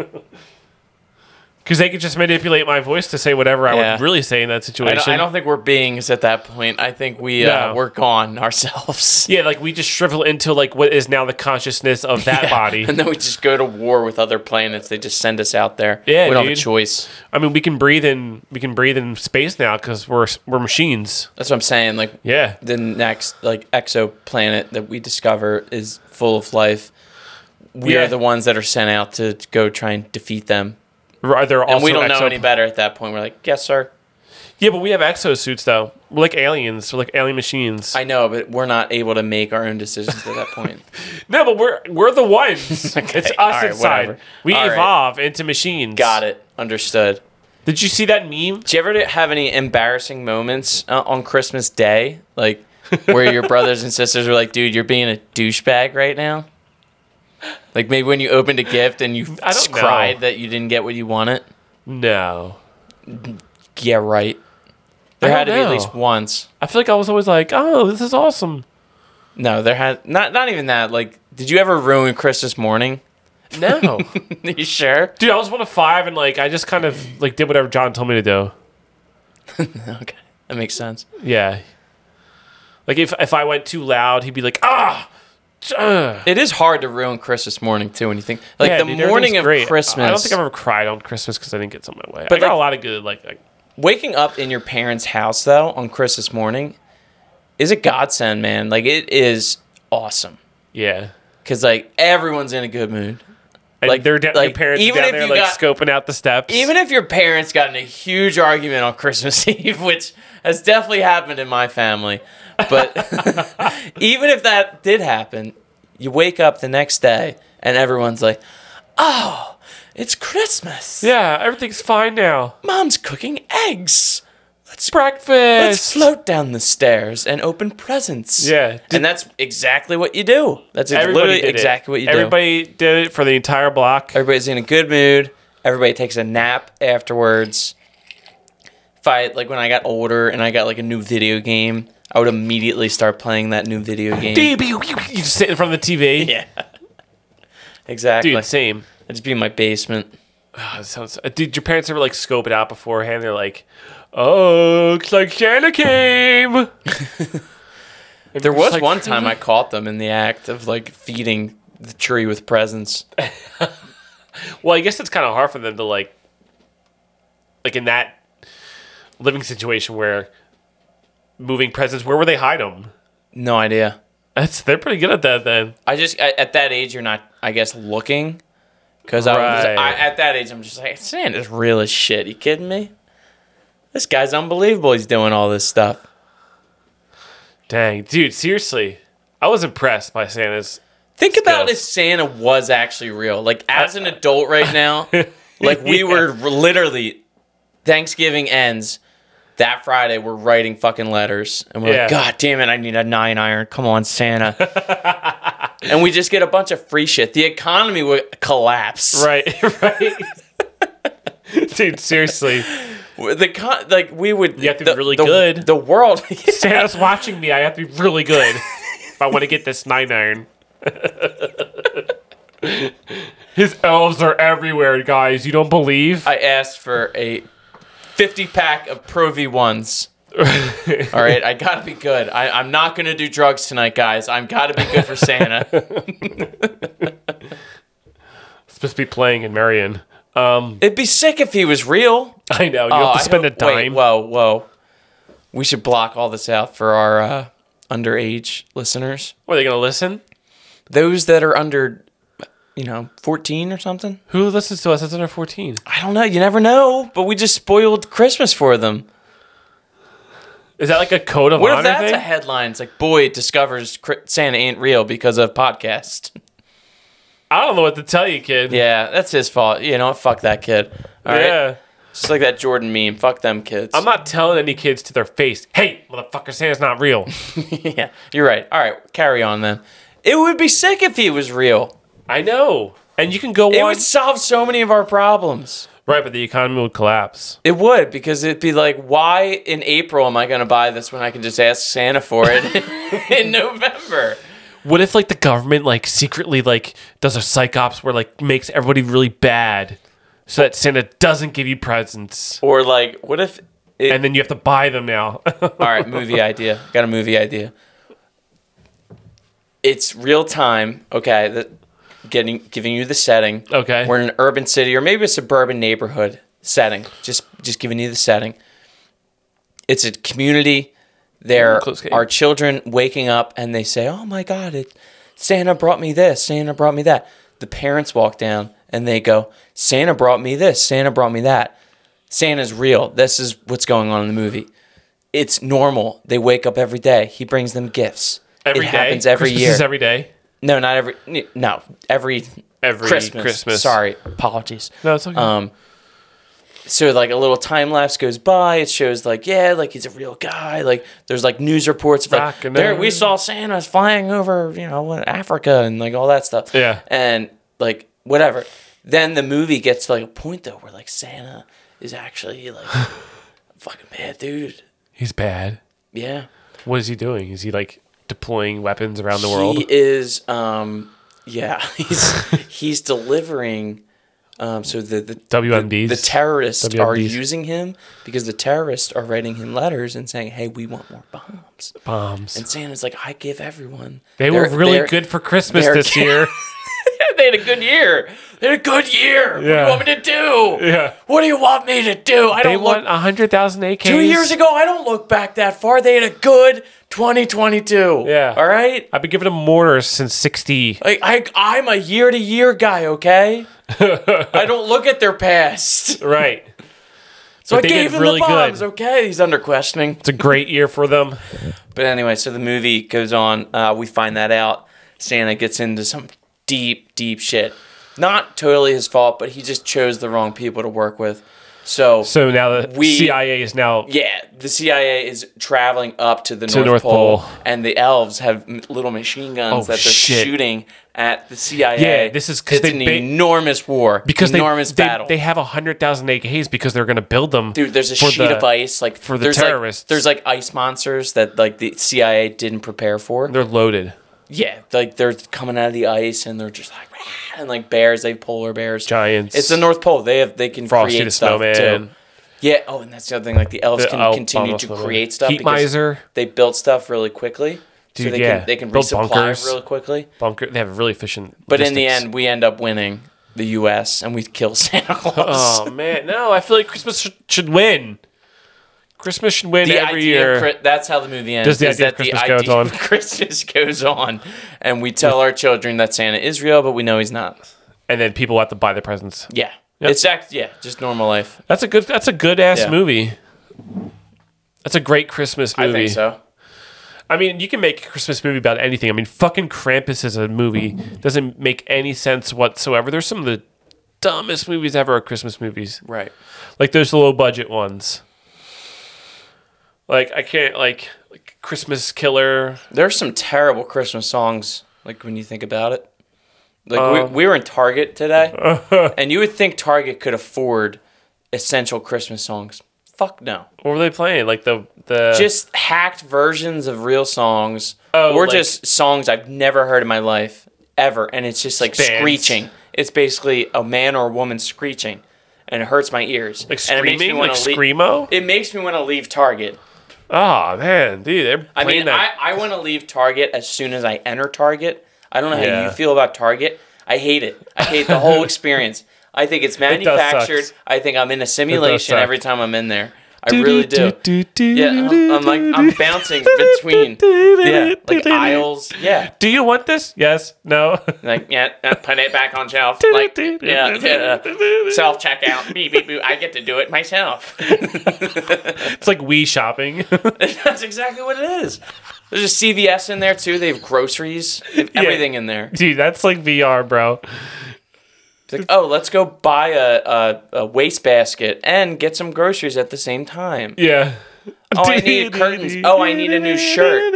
S2: Because they could just manipulate my voice to say whatever I
S1: Yeah.
S2: would really say in that
S1: I
S2: situation.
S1: don't, I don't think we're beings at that point. I think we uh,
S2: No.
S1: we're gone ourselves.
S2: yeah, like we just shrivel into like what is now the consciousness of that
S1: [laughs] Yeah.
S2: body.
S1: And then we just go to war with other planets. They just send us out there.
S2: Yeah,
S1: we don't
S2: dude.
S1: have a choice.
S2: I mean, we can breathe in we can breathe in space now because we're we're machines.
S1: That's what I'm saying. Like
S2: Yeah,
S1: the next like exoplanet that we discover is full of life. We
S2: Yeah.
S1: are the ones that are sent out to go try and defeat them,
S2: are there also
S1: and we don't know
S2: exo-
S1: any better at that point. We're like, yes, sir.
S2: Yeah, but we have exosuits though. We're like aliens. We're like alien machines.
S1: I know, but we're not able to make our own decisions at that
S2: [laughs]
S1: point.
S2: no, but we're we're
S1: [laughs]
S2: the ones. it's us
S1: all right,
S2: inside.
S1: whatever.
S2: We
S1: All right.
S2: evolve into machines.
S1: Got it. Understood.
S2: Did you see that meme?
S1: Do you ever have any embarrassing moments uh, on Christmas Day, like where
S2: [laughs]
S1: your brothers and sisters were like, "Dude, you're being a douchebag right now"? Like maybe when you opened a gift and you
S2: [laughs] I
S1: s-
S2: don't
S1: cried
S2: know.
S1: that you didn't get what you wanted.
S2: No.
S1: Yeah, right. There
S2: I
S1: had to
S2: don't
S1: be at
S2: know.
S1: least once.
S2: I feel like I was always like, oh, this is awesome.
S1: No, there had not. Not even that. Like, did you ever ruin Christmas morning? [laughs]
S2: No.
S1: you sure?
S2: Dude, I was one of five and like I just kind of like did whatever John told me to do.
S1: Okay, that makes sense.
S2: Yeah. Like if if I went too loud, he'd be like, ah, ugh."
S1: It is hard to ruin Christmas morning too. When you think like
S2: Yeah,
S1: the
S2: dude,
S1: morning
S2: everything's
S1: of
S2: great.
S1: Christmas.
S2: I don't think I've ever cried on Christmas because I didn't get something my way. But
S1: But,
S2: I got
S1: like-
S2: a lot of good like, like
S1: waking up in your parents' house though on Christmas morning is a godsend, man. Like it is awesome
S2: yeah.
S1: because like everyone's in a good mood.
S2: And like
S1: Like-
S2: they're down,
S1: like,
S2: your parents
S1: even
S2: down
S1: if
S2: there
S1: you got-
S2: like scoping out the steps.
S1: Even if your parents got in a huge argument on Christmas [laughs] Eve, which has definitely happened in my family, but [laughs] even if that did happen, you wake up the next day and everyone's like, "Oh, it's Christmas.
S2: yeah, everything's fine now.
S1: Mom's cooking eggs." Let's
S2: Breakfast.
S1: Let's float down the stairs and open presents.
S2: Yeah.
S1: And that's exactly what you do. That's ex- literally
S2: did it.
S1: exactly what you do.
S2: Everybody did it for the entire block.
S1: Everybody's in a good mood. Everybody takes a nap afterwards. If I, like, when I got older and I got, like, a new video game, I would immediately start playing that new video game. [laughs]
S2: Baby, you just sit in front of the TV.
S1: Yeah. Exactly.
S2: Dude, same.
S1: I'd just be in my basement.
S2: That sounds. uh, Did your parents ever like scope it out beforehand? They're like, "Oh, looks like Santa came."
S1: There was
S2: like-
S1: one
S2: [laughs]
S1: time I caught them in the act of, like, feeding the tree with presents.
S2: Well, I guess it's kind of hard for them to like, like in that living situation where moving presents. Where would they hide them?
S1: No idea.
S2: That's they're pretty good at that. Then
S1: I just I, at that age you're not I guess looking because
S2: Right.
S1: I, at that age I'm just like Santa's real as shit. You kidding me? This guy's unbelievable. He's doing all this stuff.
S2: dang, dude, seriously, I was impressed by Santa's.
S1: Think about
S2: Skills.
S1: if Santa was actually real. Like as an adult right
S2: [laughs]
S1: now, like we were literally Thanksgiving ends that Friday. We're writing fucking letters and we're
S2: Yeah.
S1: like, God damn it, I need a nine iron. Come on,
S2: [laughs]
S1: Santa. and we just get a bunch of free shit. The economy
S2: [laughs]
S1: would collapse.
S2: Right, right. dude, seriously,
S1: the con- like we would
S2: You have to be
S1: the-
S2: really
S1: the-
S2: good.
S1: The world, [laughs]
S2: Santa's watching me. I have to be really good if I want to get this nine iron. His elves are everywhere, guys. You don't believe? [laughs]
S1: I asked for a 50 pack of Pro V1s. All right, I gotta be good. I, I'm not gonna do drugs tonight, guys. I'm gotta be good for
S2: [laughs]
S1: Santa.
S2: supposed to be playing in Marion. Um,
S1: It'd be sick if he was real.
S2: [laughs] I know. You have to
S1: Oh, I
S2: spend a
S1: hope- wait,
S2: dime.
S1: whoa, whoa. We should block all this out for our uh, underage listeners.
S2: What, are they going to listen?
S1: Those that are under, you know, 14 or something.
S2: Who listens to us that's under 14?
S1: I don't know. You never know. But we just spoiled Christmas for them.
S2: Is that like a code of
S1: What
S2: honor
S1: if that's
S2: thing?
S1: a headline? It's like, boy discovers Cri- Santa ain't real because of podcast.
S2: I don't know what to tell you, kid.
S1: Yeah, that's his fault. You know, fuck that kid. All right,
S2: Yeah.
S1: Just like that Jordan meme. Fuck them kids.
S2: I'm not telling any kids to their face, hey, motherfucker, Santa's not real.
S1: [laughs] yeah, you're right. All right, carry on then. It would be sick if he was real.
S2: I know. And you can go
S1: It
S2: on.
S1: would solve so many of our problems.
S2: Right, but the economy would collapse.
S1: It would because it'd be like, why in April am I going to buy this when I can just ask Santa for it [laughs] in November?
S2: What if like the government like secretly like does a psych ops where like makes everybody really bad so that Santa doesn't give you presents
S1: Or like, what if? It,
S2: and then you have to buy them now? [laughs]
S1: [laughs] All right, movie idea. Got a movie idea. It's real time. Okay, that getting giving you the setting.
S2: Okay.
S1: we're in an urban city or maybe a suburban neighborhood setting. Just just giving you the setting. It's a community. There
S2: Ooh, close game.
S1: are children waking up and they say, "Oh my God! It Santa brought me this. Santa brought me that." The parents walk down and they go, "Santa brought me this. Santa brought me that." Santa's real. This is what's going on in the movie. It's normal. They wake up every day. He brings them gifts.
S2: Every day.
S1: it happens every
S2: Christmas
S1: year.
S2: Is every day.
S1: no, not every. No, every
S2: Every
S1: Christmas.
S2: Christmas.
S1: Sorry, apologies.
S2: No, it's okay.
S1: Um, so like a little time lapse goes by. It shows like yeah, like he's a real guy. Like there's like news reports of, like
S2: Rockin'
S1: there
S2: on.
S1: we saw Santa's flying over you know what, Africa and like all that stuff.
S2: Yeah.
S1: and like whatever. Then the movie gets to like a point though where like Santa is actually like a fucking bad dude.
S2: He's bad.
S1: Yeah,
S2: What is he doing? Is he like deploying weapons around the world?
S1: he is. Um, yeah, [laughs] he's he's delivering. Um, so the the
S2: WMDs.
S1: the terrorists are
S2: WMDs.
S1: using him because the terrorists are writing him letters and saying, "Hey, we want more bombs."
S2: bombs.
S1: And Santa's like, "I give everyone."
S2: They were
S1: their-
S2: really
S1: their-
S2: good for Christmas
S1: they're-
S2: this year.
S1: [laughs] they had a good year. They had a good year.
S2: Yeah.
S1: What do you want me to do?
S2: Yeah.
S1: What do you want me to do? I
S2: They
S1: don't
S2: want
S1: look.
S2: hundred thousand AKs.
S1: Two years ago, I don't look back that far. They had a good 2022.
S2: Yeah.
S1: All right.
S2: I've been giving them mortars since '60.
S1: Like I, I'm a year to year guy.
S2: [laughs]
S1: Okay. I don't look at their past.
S2: Right.
S1: So
S2: But
S1: I
S2: they did
S1: gave them
S2: really
S1: the
S2: good.
S1: bombs. Okay. He's under questioning.
S2: It's a great year for them.
S1: But anyway, so the movie goes on. Uh, we find that out. Santa gets into some deep, deep shit. Not totally his fault, but he just chose the wrong people to work with. So,
S2: So now the
S1: We-
S2: CIA is now
S1: yeah, the CIA is traveling up to the North,
S2: North
S1: Pole,
S2: Pole.
S1: and the elves have m- little machine guns
S2: Oh,
S1: that they're
S2: shit.
S1: shooting at the CIA.
S2: Yeah, this is 'cause
S1: it's
S2: they
S1: an
S2: ba-
S1: enormous war,
S2: because they-
S1: enormous
S2: they,
S1: battle.
S2: They, have hundred thousand AKs because they're going to build them.
S1: Dude, there's a
S2: for
S1: sheet
S2: the-
S1: of ice like
S2: for the
S1: there's, like-
S2: terrorists.
S1: there's like ice monsters that like the CIA didn't prepare for.
S2: They're loaded.
S1: Yeah, like they're coming out of the ice and they're just like "Rah," and like bears, they have polar bears,
S2: Giants.
S1: It's the North Pole. They have they can
S2: Frosty
S1: create
S2: the
S1: stuff
S2: Snowman.
S1: too. Yeah. Oh, and that's the other thing. Like the elves
S2: The
S1: can
S2: elf-
S1: continue
S2: almost
S1: to
S2: little-
S1: create stuff.
S2: Heat
S1: because
S2: miser.
S1: They build stuff really quickly. so
S2: Dude,
S1: they
S2: yeah.
S1: can they can
S2: Build
S1: resupply
S2: bunkers.
S1: really quickly.
S2: Bunker. They have really efficient.
S1: But in the
S2: logistics.
S1: end, we end up winning the U.S. and we kill [laughs] Santa Claus.
S2: oh man, no! I feel like Christmas should, should win. Christmas should
S1: [laughs]
S2: win
S1: the
S2: every
S1: idea
S2: year.
S1: Of, Chri- that's how the movie ends.
S2: Just the
S1: is
S2: idea of
S1: that the
S2: Christmas goes
S1: idea
S2: on.
S1: of [laughs] Christmas goes on, and we tell our children that Santa is real, but we know he's not.
S2: and then people have to buy the presents.
S1: Yeah. It's act yeah, just normal life.
S2: That's a good. That's a good ass
S1: Yeah.
S2: movie. That's a great Christmas movie.
S1: I think so.
S2: I mean, you can make a Christmas movie about anything. I mean, fucking Krampus is a movie doesn't make any sense whatsoever. There's some of the dumbest movies ever are Christmas movies,
S1: Right.
S2: like those low budget ones. Like I can't like, like Christmas Killer.
S1: There are some terrible Christmas songs, like when you think about it. Like
S2: Um,
S1: we, we were in
S2: [laughs]
S1: Target today, and you would think Target could afford essential Christmas songs. Fuck no.
S2: What were they playing? Like the the
S1: Just hacked versions of real songs,
S2: Oh,
S1: or
S2: like-
S1: just songs I've never heard in my life ever, and it's just like
S2: Bands.
S1: screeching. It's basically a man or a woman screeching, and it hurts my ears.
S2: like
S1: and it makes me
S2: screaming,
S1: wanna
S2: like
S1: lea-
S2: screamo.
S1: It makes me want to leave Target.
S2: Oh man, dude, they're playing
S1: I mean,
S2: that.
S1: I, I want to leave Target as soon as I enter Target. I don't know how
S2: Yeah.
S1: you feel about Target. I hate it. I hate the whole experience. I think it's manufactured.
S2: suck.
S1: I think I'm in a simulation
S2: suck.
S1: every time I'm in there. I really do. Yeah, I'm, I'm like I'm bouncing
S2: [laughs]
S1: between yeah, like aisles. Yeah,
S2: Do you want this? Yes. No. [laughs]
S1: like yeah, uh, put it back on shelf. Like yeah, yeah. self checkout. Beep beep boop. I get to do it myself. [laughs]
S2: It's like we shopping. [laughs]
S1: That's exactly what it is. There's a CVS in there too. They have groceries. They have everything in there.
S2: Dude, that's like VR, bro.
S1: It's like, oh, let's go buy a, a, a wastebasket and get some groceries at the same time.
S2: Yeah.
S1: [laughs] Oh, I
S2: [laughs]
S1: need curtains. Oh, I need a new shirt.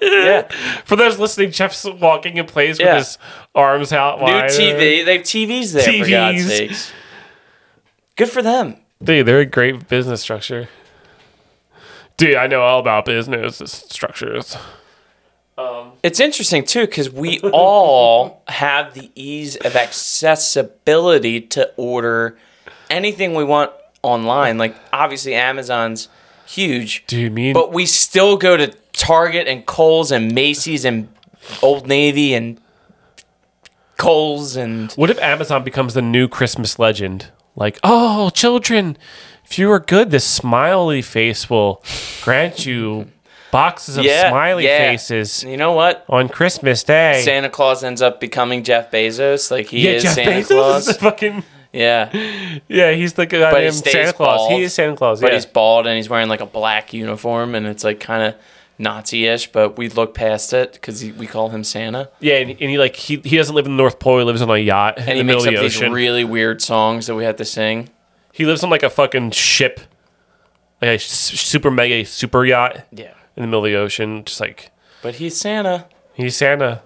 S2: yeah. [laughs] For those listening, Jeff's walking in place
S1: Yeah.
S2: with his arms out
S1: New
S2: wide.
S1: TV. They have TVs there, for God's
S2: TVs.
S1: sakes. Good for them.
S2: Dude, they're a great business structure. Dude, I know all about business structures.
S1: It's interesting, too, because we [laughs] all have the ease of accessibility to order anything we want online. Like, obviously, Amazon's huge.
S2: Dude, me and
S1: But we still go to Target and Kohl's and Macy's and Old Navy and Kohl's and
S2: What if Amazon becomes the new Christmas legend? Like, oh, children, if you are good, this smiley face will grant you boxes of
S1: Yeah,
S2: smiley
S1: yeah.
S2: faces
S1: you know what?
S2: on Christmas Day.
S1: Santa Claus ends up becoming Jeff Bezos, like he
S2: yeah,
S1: is
S2: Jeff
S1: Santa
S2: Bezos is
S1: Claus.
S2: the [laughs] fucking
S1: yeah,
S2: yeah, he's the guy
S1: But he
S2: named
S1: stays
S2: Santa Claus.
S1: bald.
S2: He is Santa Claus.
S1: but
S2: yeah.
S1: he's bald and he's wearing like a black uniform, and it's like kind of Nazi-ish. But we look past it because we call him Santa,
S2: yeah, and, and he like he, he doesn't live in the North Pole. He lives on a yacht in
S1: and
S2: the
S1: he
S2: middle
S1: makes
S2: of
S1: up
S2: the
S1: these
S2: ocean.
S1: really weird songs that we have to sing.
S2: he lives on like a fucking ship, like a su- super mega super yacht
S1: Yeah,
S2: in the middle of the ocean, just like.
S1: but he's Santa.
S2: He's Santa.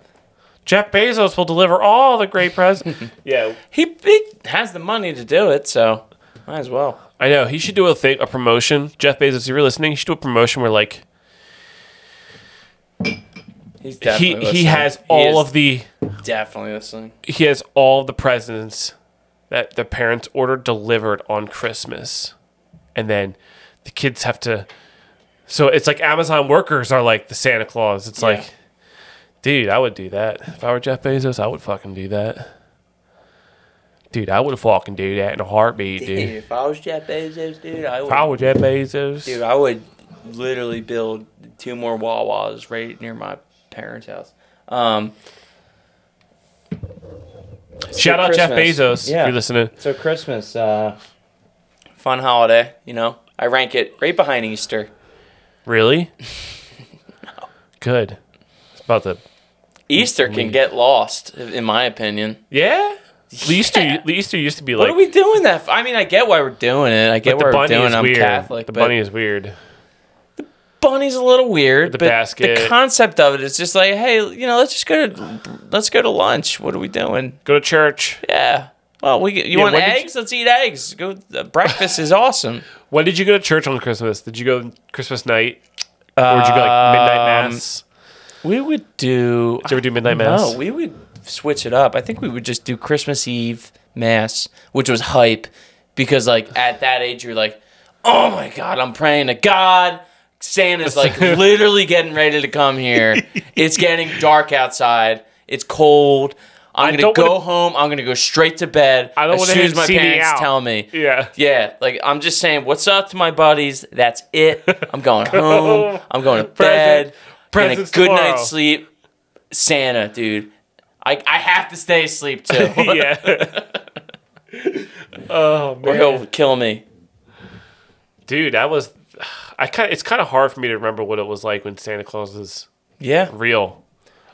S2: Jeff Bezos will deliver all the great presents. yeah,
S1: He, he has the money to do it, so might as well.
S2: I know. He should do a thing, a promotion. Jeff Bezos, if you're listening, he should do a promotion where like
S1: He's
S2: he
S1: definitely
S2: he
S1: listening.
S2: has all
S1: is
S2: of the
S1: definitely listening.
S2: he has all the presents that the parents ordered delivered on Christmas, and then the kids have to. So it's like Amazon workers are like the Santa Claus. It's
S1: Yeah.
S2: like, dude, I would do that if I were Jeff Bezos. I would fucking do that. Dude, I would fucking do that in a heartbeat, dude.
S1: if I was Jeff Bezos, dude, I would.
S2: If I were Jeff Bezos,
S1: Dude, I would literally build two more Wawas right near my parents' house. Um,
S2: shout out Jeff
S1: Christmas.
S2: Bezos
S1: Yeah.
S2: if you're listening.
S1: so Christmas, uh, fun holiday. You know, I rank it right behind Easter.
S2: Really? [laughs] Good. It's about the
S1: Easter can get lost, in my opinion.
S2: yeah. Easter, Easter used to be like
S1: what are we doing that? For? I mean, I get why we're doing it. I get why
S2: the
S1: we're
S2: bunny
S1: doing.
S2: is
S1: it. I'm
S2: weird.
S1: Catholic.
S2: the
S1: but
S2: bunny is weird.
S1: bunny's a little weird.
S2: The
S1: but The
S2: basket.
S1: concept of it is just like, hey, you know, let's just go to, let's go to lunch. What are we doing?
S2: Go to church.
S1: Yeah. Well, we you want
S2: when did
S1: eggs? Let's eat eggs. Go. uh, breakfast is awesome.
S2: When did you go to church on Christmas? Did you go Christmas night, or did you go
S1: Um,
S2: like midnight mass?
S1: [laughs] We would do.
S2: Did you ever do midnight mass?
S1: No, Oh, we would switch it up. I think we would just do Christmas Eve mass, which was hype, because like at that age you're like, oh my god, I'm praying to God. Santa's
S2: [laughs]
S1: like literally getting ready to come here. It's getting dark outside. It's cold. I'm gonna
S2: don't
S1: go
S2: wanna-
S1: him. I'm gonna go straight to bed.
S2: I don't
S1: as
S2: wanna
S1: soon
S2: hit
S1: as my
S2: CD
S1: parents
S2: out.
S1: tell me.
S2: [laughs]
S1: [laughs]
S2: yeah.
S1: Yeah, like I'm just saying, what's up to my buddies? That's it. I'm
S2: [laughs]
S1: going home. I'm going to bed. Getting a
S2: Presents
S1: good
S2: tomorrow.
S1: night's sleep. Santa, dude. I, I have to stay asleep too,
S2: [laughs] yeah. oh
S1: or
S2: man,
S1: he'll kill me.
S2: dude, that was. I kind. It's kind of hard for me to remember what it was like when Santa Claus is
S1: Yeah.
S2: real.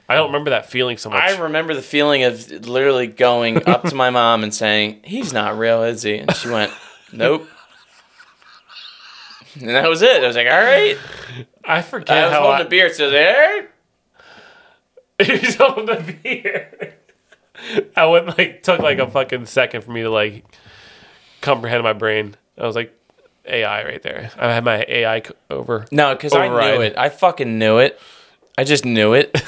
S2: I don't remember that feeling so much.
S1: I remember the feeling of literally going up to my mom and saying, "He's not real, is he?" And she went, "Nope." And that was it. I was like, "All right."
S2: I
S1: I
S2: forget
S1: was
S2: how
S1: holding
S2: I,
S1: a beer, so I was like, "All right."
S2: [laughs] he's holding a beer. I went like took like a fucking second for me to like comprehend my brain. I was like, AI right there. I had my AI c- over.
S1: No, because I
S2: Override.
S1: knew it. I fucking knew it. I just knew it.
S2: [laughs]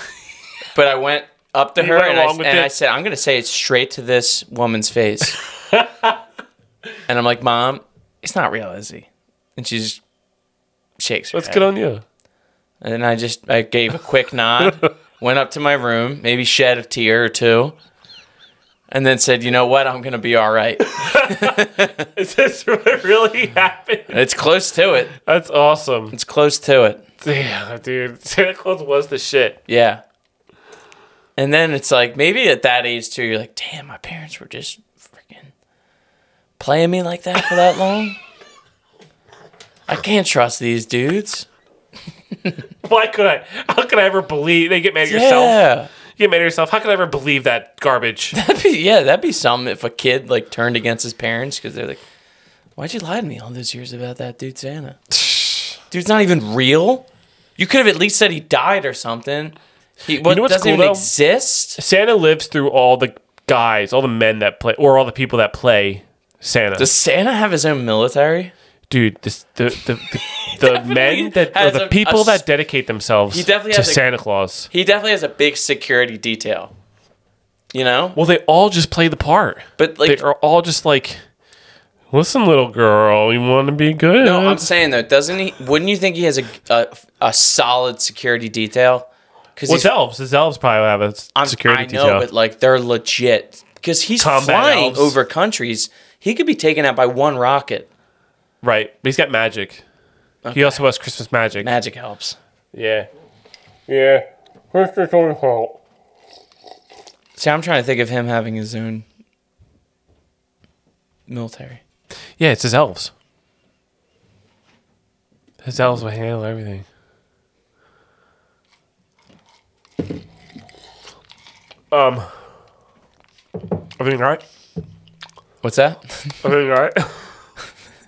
S1: but I went up to her
S2: went
S1: and, I,
S2: along with
S1: and
S2: it.
S1: I said, I'm going to say it straight to this woman's
S2: [laughs]
S1: face. and I'm like, Mom, it's not real, is he? And she just shakes her
S2: That's
S1: head.
S2: good on you. [laughs]
S1: And then I just I gave a quick nod, went up to my room, maybe shed a tear or two, and then said, "You know what? I'm gonna be all right."
S2: Is this what really happened?
S1: It's close to it.
S2: That's awesome.
S1: It's close to it.
S2: Damn, dude. [laughs] Santa Claus was the shit.
S1: Yeah. And then it's like maybe at that age too, you're like, "Damn, my parents were just freaking playing me like that for that long." I can't trust these dudes.
S2: Why could I? How could I ever believe? They get mad at yourself.
S1: Yeah. [laughs]
S2: You get mad at yourself. How could I ever believe that garbage?
S1: That'd be, yeah, that'd be something if a kid like turned against his parents because they're like, "Why'd you lie to me all those years about that dude
S2: [sighs]
S1: Santa? Dude's not even real. You could have at least said he died or something. He what,
S2: know what's
S1: doesn't
S2: cool,
S1: even
S2: though?
S1: exist.
S2: Santa lives through all the guys, all the men that play, or all the people that play Santa.
S1: Does Santa have his own military?
S2: dude, this, the
S1: [laughs]
S2: the, the, the men that or
S1: has
S2: the
S1: a-
S2: people
S1: a s-
S2: that dedicate themselves
S1: He definitely
S2: to
S1: has a-
S2: Santa Claus.
S1: He definitely has a big security detail. You know,
S2: Well, they all just play the part.
S1: but like,
S2: they are all just like, listen, little girl, you want to be good.
S1: no, I'm saying though, doesn't he? Wouldn't you think he has a a, a solid security detail? Because
S2: What's elves? His elves probably have a s-
S1: I'm,
S2: security
S1: I know,
S2: detail.
S1: but like they're legit because he's
S2: Combat
S1: flying
S2: elves.
S1: over countries. He could be taken out by one rocket.
S2: right, but he's got magic. He also has Christmas magic.
S1: Magic helps.
S2: yeah, yeah. Christmas on fault.
S1: See, I'm trying to think of him having his own military.
S2: Yeah, it's his elves. His elves will handle everything. Um, everything all right?
S1: What's that?
S2: Everything all right?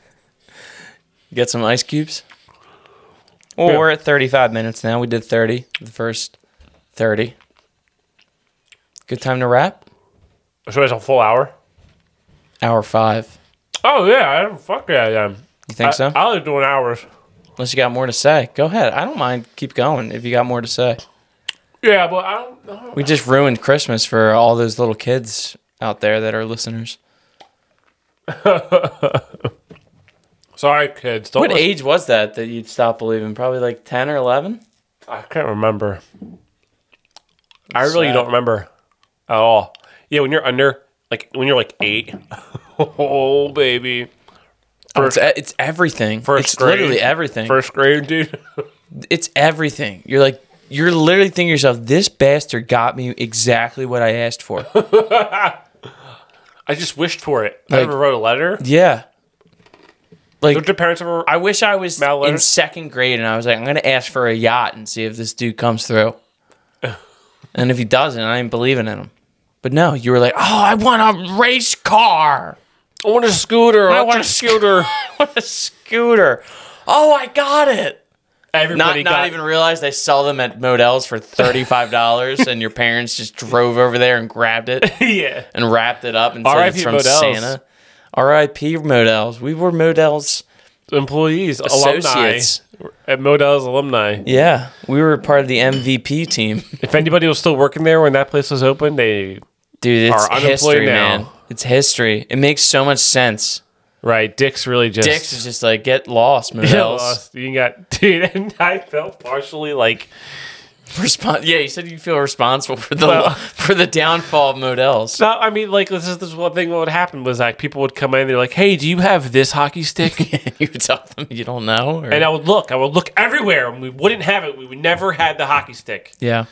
S2: [laughs]
S1: Get some ice cubes. Well,
S2: Yeah.
S1: we're at 35 minutes now. We did 30, the first 30. Good time to wrap.
S2: so it's a full hour.
S1: Hour five.
S2: Oh yeah, I, fuck yeah, yeah.
S1: You think so?
S2: I was doing hours.
S1: Unless you got more to say, go ahead. I don't mind. Keep going if you got more to say.
S2: Yeah, but I don't. I don't-
S1: We just ruined Christmas for all those little kids out there that are listeners.
S2: Sorry, kids. Don't
S1: What
S2: listen-
S1: age was that that you'd stop believing? Probably like 10 or 11?
S2: I can't remember. I really
S1: sad.
S2: don't remember at all. Yeah, when you're under, like when you're like eight, [laughs] oh baby,
S1: Oh, it's, e- it's everything.
S2: First
S1: it's
S2: grade.
S1: literally everything.
S2: first grade, dude.
S1: It's everything. You're like, you're literally thinking to yourself, this bastard got me exactly what I asked [laughs] for.
S2: I just wished for it. I
S1: Like-
S2: never wrote a letter.
S1: yeah.
S2: Did your parents ever?
S1: I wish I was
S2: Mal
S1: in
S2: Leonard?
S1: second grade and I was like, I'm going to ask for a yacht and see if this dude comes [laughs] through. and if he doesn't, I ain't believing in him. But no, you were like, oh, I want a race car.
S2: I want a scooter. I
S1: want a
S2: scooter. [laughs]
S1: What a scooter. Oh, I got it. Not,
S2: Everybody
S1: not
S2: got
S1: even realized they sell them at Modell's for $35 and your parents just drove over there and grabbed [laughs] it
S2: [laughs] yeah.
S1: and wrapped it up and said
S2: R.I.P.
S1: it's from
S2: Modell's.
S1: Santa. R.I.P. Modell's. We were Modell's.
S2: Employees,
S1: Associates.
S2: alumni at Modell's
S1: [laughs]
S2: alumni.
S1: Yeah, we were part of the MVP team. [laughs]
S2: If anybody was still working there when that place was open, they
S1: Dude, it's
S2: Are unemployed
S1: history,
S2: now.
S1: man. It's history. It makes so much sense.
S2: right. Dick's really just
S1: Dix
S2: [laughs]
S1: is just like, get lost, Modell's.
S2: Yeah, lost. You got [laughs] dude, and I felt partially like
S1: Respon- yeah, you said you feel responsible for the
S2: Well-
S1: [laughs] for the downfall of Modell's.
S2: no. I mean, like this is this is one thing. What would happen was like people would come in. They're like, "Hey, do you have this hockey
S1: [laughs]
S2: stick?"
S1: you tell them you don't know. Or-
S2: and I would look. I would look everywhere, and we wouldn't have it. We would never had the hockey stick.
S1: yeah.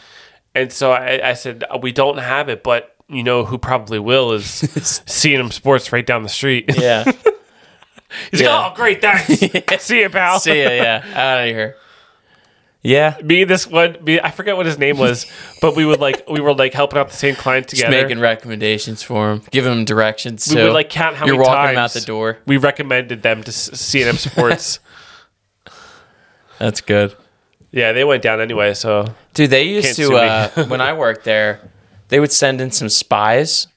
S2: And so I, I said, uh, "We don't have it, but you know who probably will is
S1: [laughs]
S2: CNM Sports right down the street."
S1: Yeah.
S2: [laughs] He's
S1: Yeah.
S2: like, "Oh, great,
S1: [laughs]
S2: thanks. See you, pal.
S1: See ya, yeah. Out of here. Yeah.
S2: [laughs] Me, and this one, me, I forget what his
S1: [laughs]
S2: name was, but we would like we were like helping out the same client
S1: Just
S2: together.
S1: making recommendations for him, giving him directions.
S2: we
S1: too.
S2: would like count how
S1: You're
S2: many
S1: walking
S2: times
S1: him out the door.
S2: We recommended them to S- CNM
S1: [laughs]
S2: Sports.
S1: That's good.
S2: yeah, they went down anyway. So
S1: Dude, they used
S2: [laughs] Can't sue
S1: to uh, when I worked there, they would send in some spies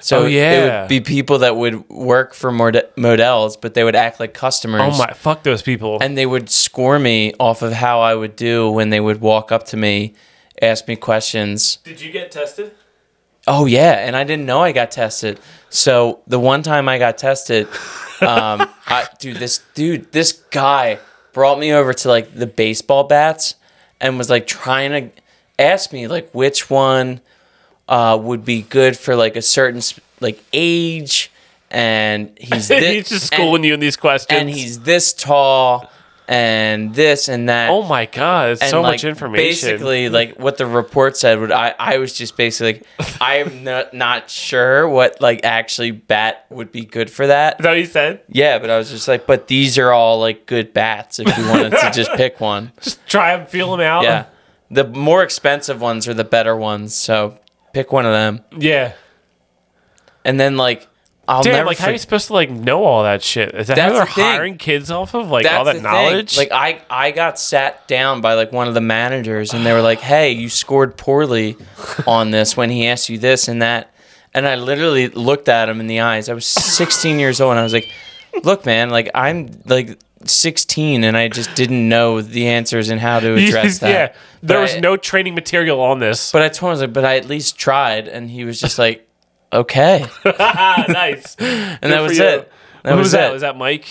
S1: So
S2: Oh,
S1: it
S2: yeah.
S1: would be people that would work for Morde- Models, but they would act like customers.
S2: Oh my, fuck those people.
S1: and they would score me off of how I would do when they would walk up to me, ask me questions.
S2: Did you get tested?
S1: Oh yeah, and I didn't know I got tested. So the one time I got tested,
S2: [laughs]
S1: um, I, dude, this dude, this guy brought me over to like the baseball bats and was like trying to ask me like which one uh, would be good for like a certain sp- like age, and
S2: [laughs]
S1: he's thi-
S2: [laughs] he's just schooling
S1: and,
S2: you in these questions.
S1: and he's this tall and this and that.
S2: oh my god, it's
S1: And,
S2: so
S1: like,
S2: much information.
S1: Basically, like what the report said, would I? I was just basically
S2: [laughs]
S1: like, I'm not not sure what like actually bat would be good for that.
S2: is that what he said?
S1: Yeah, but I was just like, but these are all like good bats if you wanted to just
S2: [laughs]
S1: pick one.
S2: Just try him, feel him out.
S1: Yeah, the more expensive ones are the better ones, so pick one of them.
S2: yeah.
S1: And then like, I'll
S2: Damn,
S1: never
S2: like how are you
S1: forget-
S2: supposed to like know all that shit? Is that
S1: That's
S2: how they're
S1: the thing.
S2: hiring kids off of? Like
S1: That's
S2: all that
S1: the thing.
S2: knowledge?
S1: Like I, I got sat down by like one of the managers, and they were like, "Hey, you scored poorly on this when he asked you this and that." And I literally looked at him in the eyes. I was 16 years old, and I was like, "Look, man, like I'm like 16, and I just didn't know the answers and how to address that."
S2: [laughs] yeah. There
S1: But
S2: was
S1: I-
S2: no training material on this.
S1: But I told him I was like, "But I at least tried," and he was just like, "Okay,"
S2: ah, [laughs] nice. That
S1: [laughs]
S2: [laughs]
S1: and that was it. That
S2: Who
S1: was,
S2: was that?
S1: it.
S2: Was that Mike?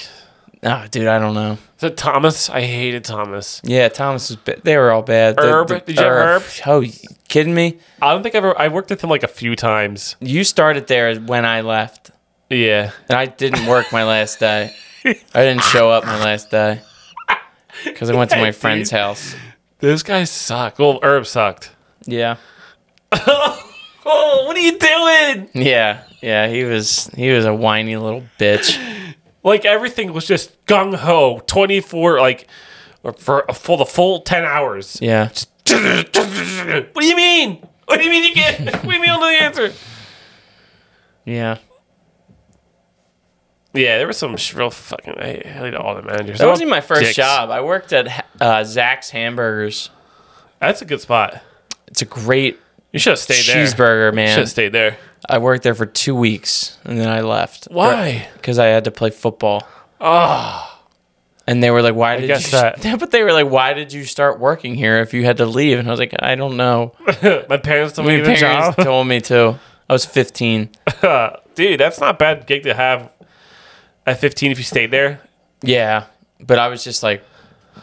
S1: Ah, dude, I don't know.
S2: Is that Thomas? I hated Thomas.
S1: Yeah, Thomas was. Ba- they were all bad. The-
S2: Herb?
S1: the-
S2: Did you have Herb?
S1: Oh, you kidding me?
S2: I don't think I've ever I worked with him like a few times.
S1: You started there when I left,
S2: Yeah.
S1: and I didn't work my last day. I didn't show up my last day because I went to my friend's house.
S2: Those guys suck. Well, Herb sucked.
S1: Yeah,
S2: Oh, what are you doing?
S1: yeah, yeah. He was he was a whiny little bitch.
S2: Like everything was just gung ho, twenty four like for a full the full ten hours.
S1: Yeah,
S2: what do you mean? What do you mean you get? [laughs] What do you mean I don't know the answer?
S1: yeah.
S2: Yeah, there was some sh- real fucking. I hated all the managers.
S1: That wasn't my first
S2: Dicks.
S1: job. I worked at uh, Zach's Hamburgers.
S2: That's a good spot.
S1: It's a great
S2: You should have stayed there.
S1: cheeseburger,
S2: Should
S1: man.
S2: have stayed there.
S1: I worked there for two weeks and then I left.
S2: Why?
S1: Because I had to play football.
S2: Oh,
S1: Ah. And they were like, "Why did
S2: guess
S1: you?"
S2: that-
S1: Yeah, [laughs] but they were like, "Why did you start working here if you had to leave?" And I was like, "I don't know."
S2: [laughs] my parents told
S1: My
S2: me to get a
S1: parents [laughs]
S2: job.
S1: told me to. I was 15.
S2: [laughs] Dude, that's not a bad gig to have at 15 if you stayed there.
S1: Yeah, but I was just like,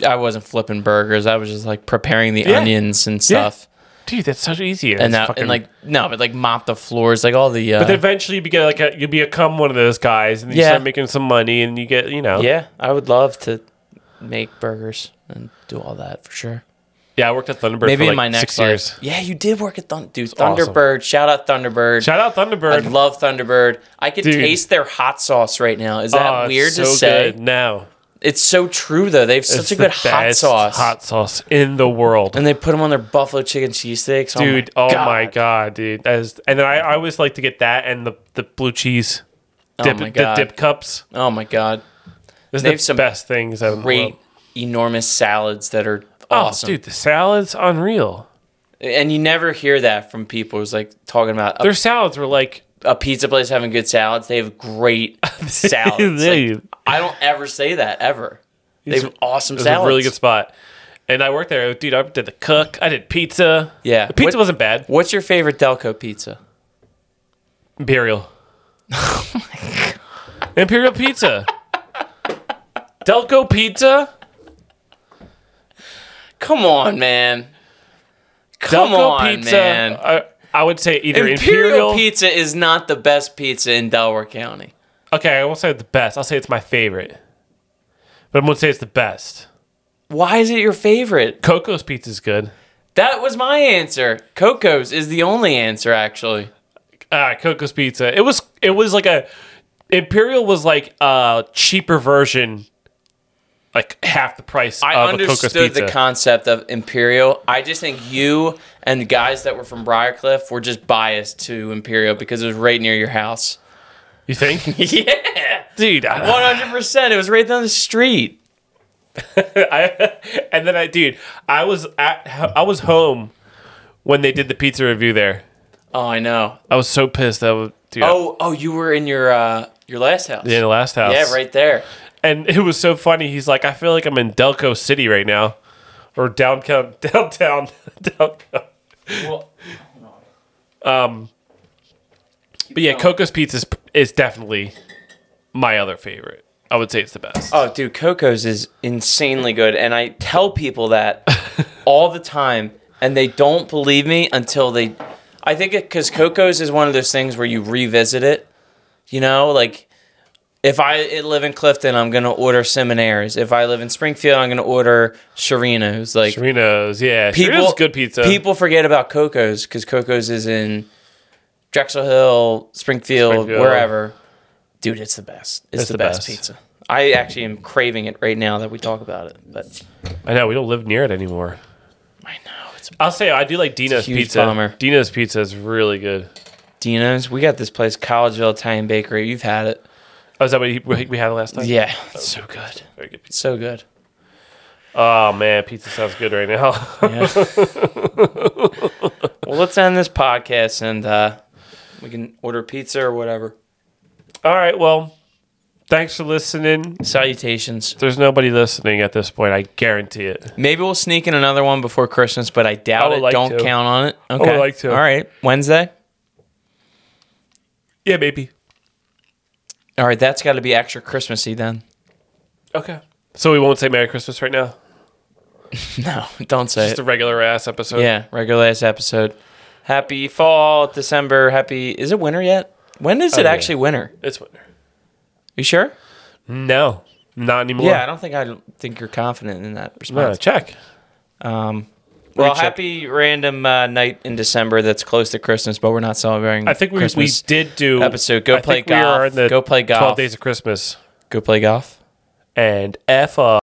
S1: I wasn't flipping burgers. I was just like preparing the
S2: Yeah.
S1: onions and stuff.
S2: Dude, that's so easy.
S1: And that, and like no, but like mop the floors, like all the. Uh,
S2: But then eventually you become like a, you become one of those guys, and you
S1: Yeah.
S2: start making some money, and you get you know.
S1: yeah, I would love to make burgers and do all that for sure.
S2: Yeah, I worked at Thunderbird.
S1: Maybe
S2: for like
S1: in my next
S2: six
S1: life.
S2: years.
S1: Yeah, you did work at Thun- dude,
S2: awesome.
S1: Thunderbird. Shout out Thunderbird.
S2: Shout out Thunderbird.
S1: I love Thunderbird. I could
S2: Dude.
S1: taste their hot sauce right now. Is
S2: Oh,
S1: that
S2: it's
S1: weird to
S2: so
S1: say?
S2: Good. No,
S1: It's so true though. They have such
S2: It's
S1: a
S2: the
S1: good hot
S2: best
S1: sauce. Oh
S2: Hot sauce in the world.
S1: And they put them on their buffalo chicken cheesesteaks.
S2: dude, oh my, god, dude. That is- and then I, I always like to get that and the, the blue cheese dip,
S1: oh my
S2: the
S1: god.
S2: dip cups.
S1: Oh my god.
S2: Those
S1: They
S2: are
S1: have
S2: the
S1: some
S2: best things I've
S1: Great enormous salads that are
S2: Oh,
S1: awesome.
S2: dude, the salad's unreal.
S1: And you never hear that from people who's like talking about a,
S2: Their salads were like
S1: a pizza place having good salads. They have
S2: [laughs]
S1: great salads.
S2: They-
S1: Like, I don't ever say that ever. They
S2: These-
S1: have awesome
S2: it was
S1: salads.
S2: a really good spot. And I worked there, dude. I did the cook. I did pizza.
S1: Yeah.
S2: the pizza
S1: What-
S2: wasn't bad.
S1: What's your favorite Delco pizza? [laughs]
S2: Imperial.
S1: Oh
S2: Imperial pizza. Delco pizza.
S1: Come on, man. Come
S2: Delco
S1: on,
S2: pizza.
S1: man.
S2: I, I would say either
S1: uh, Imperial,
S2: Imperial,
S1: Pizza is not the best pizza in Delaware County.
S2: Okay, I won't say it's the best. I'll say it's my favorite. But I won't say it's the best.
S1: Why is it your favorite?
S2: Coco's pizza's good.
S1: That was my answer. Coco's is the only answer, actually.
S2: Ah, Coco's pizza. It was it was like a Imperial was like a cheaper version, like half the price
S1: I
S2: of a Coco's
S1: understood
S2: pizza.
S1: the concept of Imperial. I just think you and the guys that were from Briarcliff were just biased to Imperial because it was right near your house.
S2: you think,
S1: [laughs] yeah,
S2: dude? I,
S1: Oh, one hundred percent. It was right down the street.
S2: [laughs] I- and then I, dude, I was at I was home when they did the pizza review there.
S1: Oh, I know.
S2: I was so pissed. I was, Dude,
S1: Oh, oh, you were in your uh, your last house.
S2: in the last house.
S1: Yeah, right there.
S2: And it was so funny. He's like, I feel like I'm in Delco City right now, or downtown, [laughs] downtown, Delco.
S1: Well,
S2: But yeah, Coco's Pizza is, is definitely my other favorite. I would say it's the best.
S1: Oh, dude, Coco's is insanely good, and I tell people that all the time, and they don't believe me until they. I think it because Coco's is one of those things where you revisit it. You know, like if I live in Clifton, I'm gonna order Seminaires. If I live in Springfield, I'm gonna order Chirinos. Like
S2: Chirinos, yeah,
S1: people,
S2: Chirinos is good pizza.
S1: People forget about Coco's because Coco's is in Drexel Hill, Springfield,
S2: Springfield.
S1: wherever. Dude, it's the best. It's,
S2: It's
S1: the,
S2: the
S1: best,
S2: best.
S1: pizza. I actually am craving it right now that we talk about it. But
S2: I know we don't live near it anymore.
S1: I know it's
S2: I'll say I do like Dino's
S1: huge
S2: pizza.
S1: bummer.
S2: Dino's pizza is really good.
S1: Dino's. We got this place, Collegeville Italian Bakery. You've had it.
S2: Oh, is that what he- we we had last time?
S1: Yeah, it's so good.
S2: Very good pizza.
S1: It's so good.
S2: Oh man, pizza sounds good right now. [laughs]
S1: Yeah. well, let's end this podcast and uh, we can order pizza or whatever.
S2: All right, well, thanks for listening.
S1: Salutations.
S2: There's nobody listening at this point. I guarantee it.
S1: Maybe we'll sneak in another one before Christmas, but I doubt
S2: would
S1: it.
S2: like
S1: Don't
S2: to.
S1: count on it. Okay.
S2: would like to.
S1: All right. Wednesday.
S2: Yeah, maybe.
S1: All right. That's got to be extra Christmassy then. [laughs]
S2: Okay. So we won't say Merry Christmas right now.
S1: No, don't say
S2: Just
S1: it.
S2: a regular ass
S1: Uh,
S2: episode.
S1: yeah. Regular last episode. Happy fall, December. Happy. Is it winter yet? When is it
S2: Oh, yeah.
S1: actually winter?
S2: it's winter.
S1: You sure?
S2: No, not anymore.
S1: Yeah. I don't think I think you're confident in that
S2: No,
S1: response.
S2: check.
S1: well,
S2: check.
S1: happy random uh, night in December that's close to Christmas, but we're not celebrating.
S2: I think we, we
S1: Christmas.
S2: did do
S1: episode. Go
S2: I
S1: play
S2: think we are
S1: golf.
S2: in the
S1: Go play golf.
S2: Twelve Days of Christmas
S1: go play golf.
S2: and f up.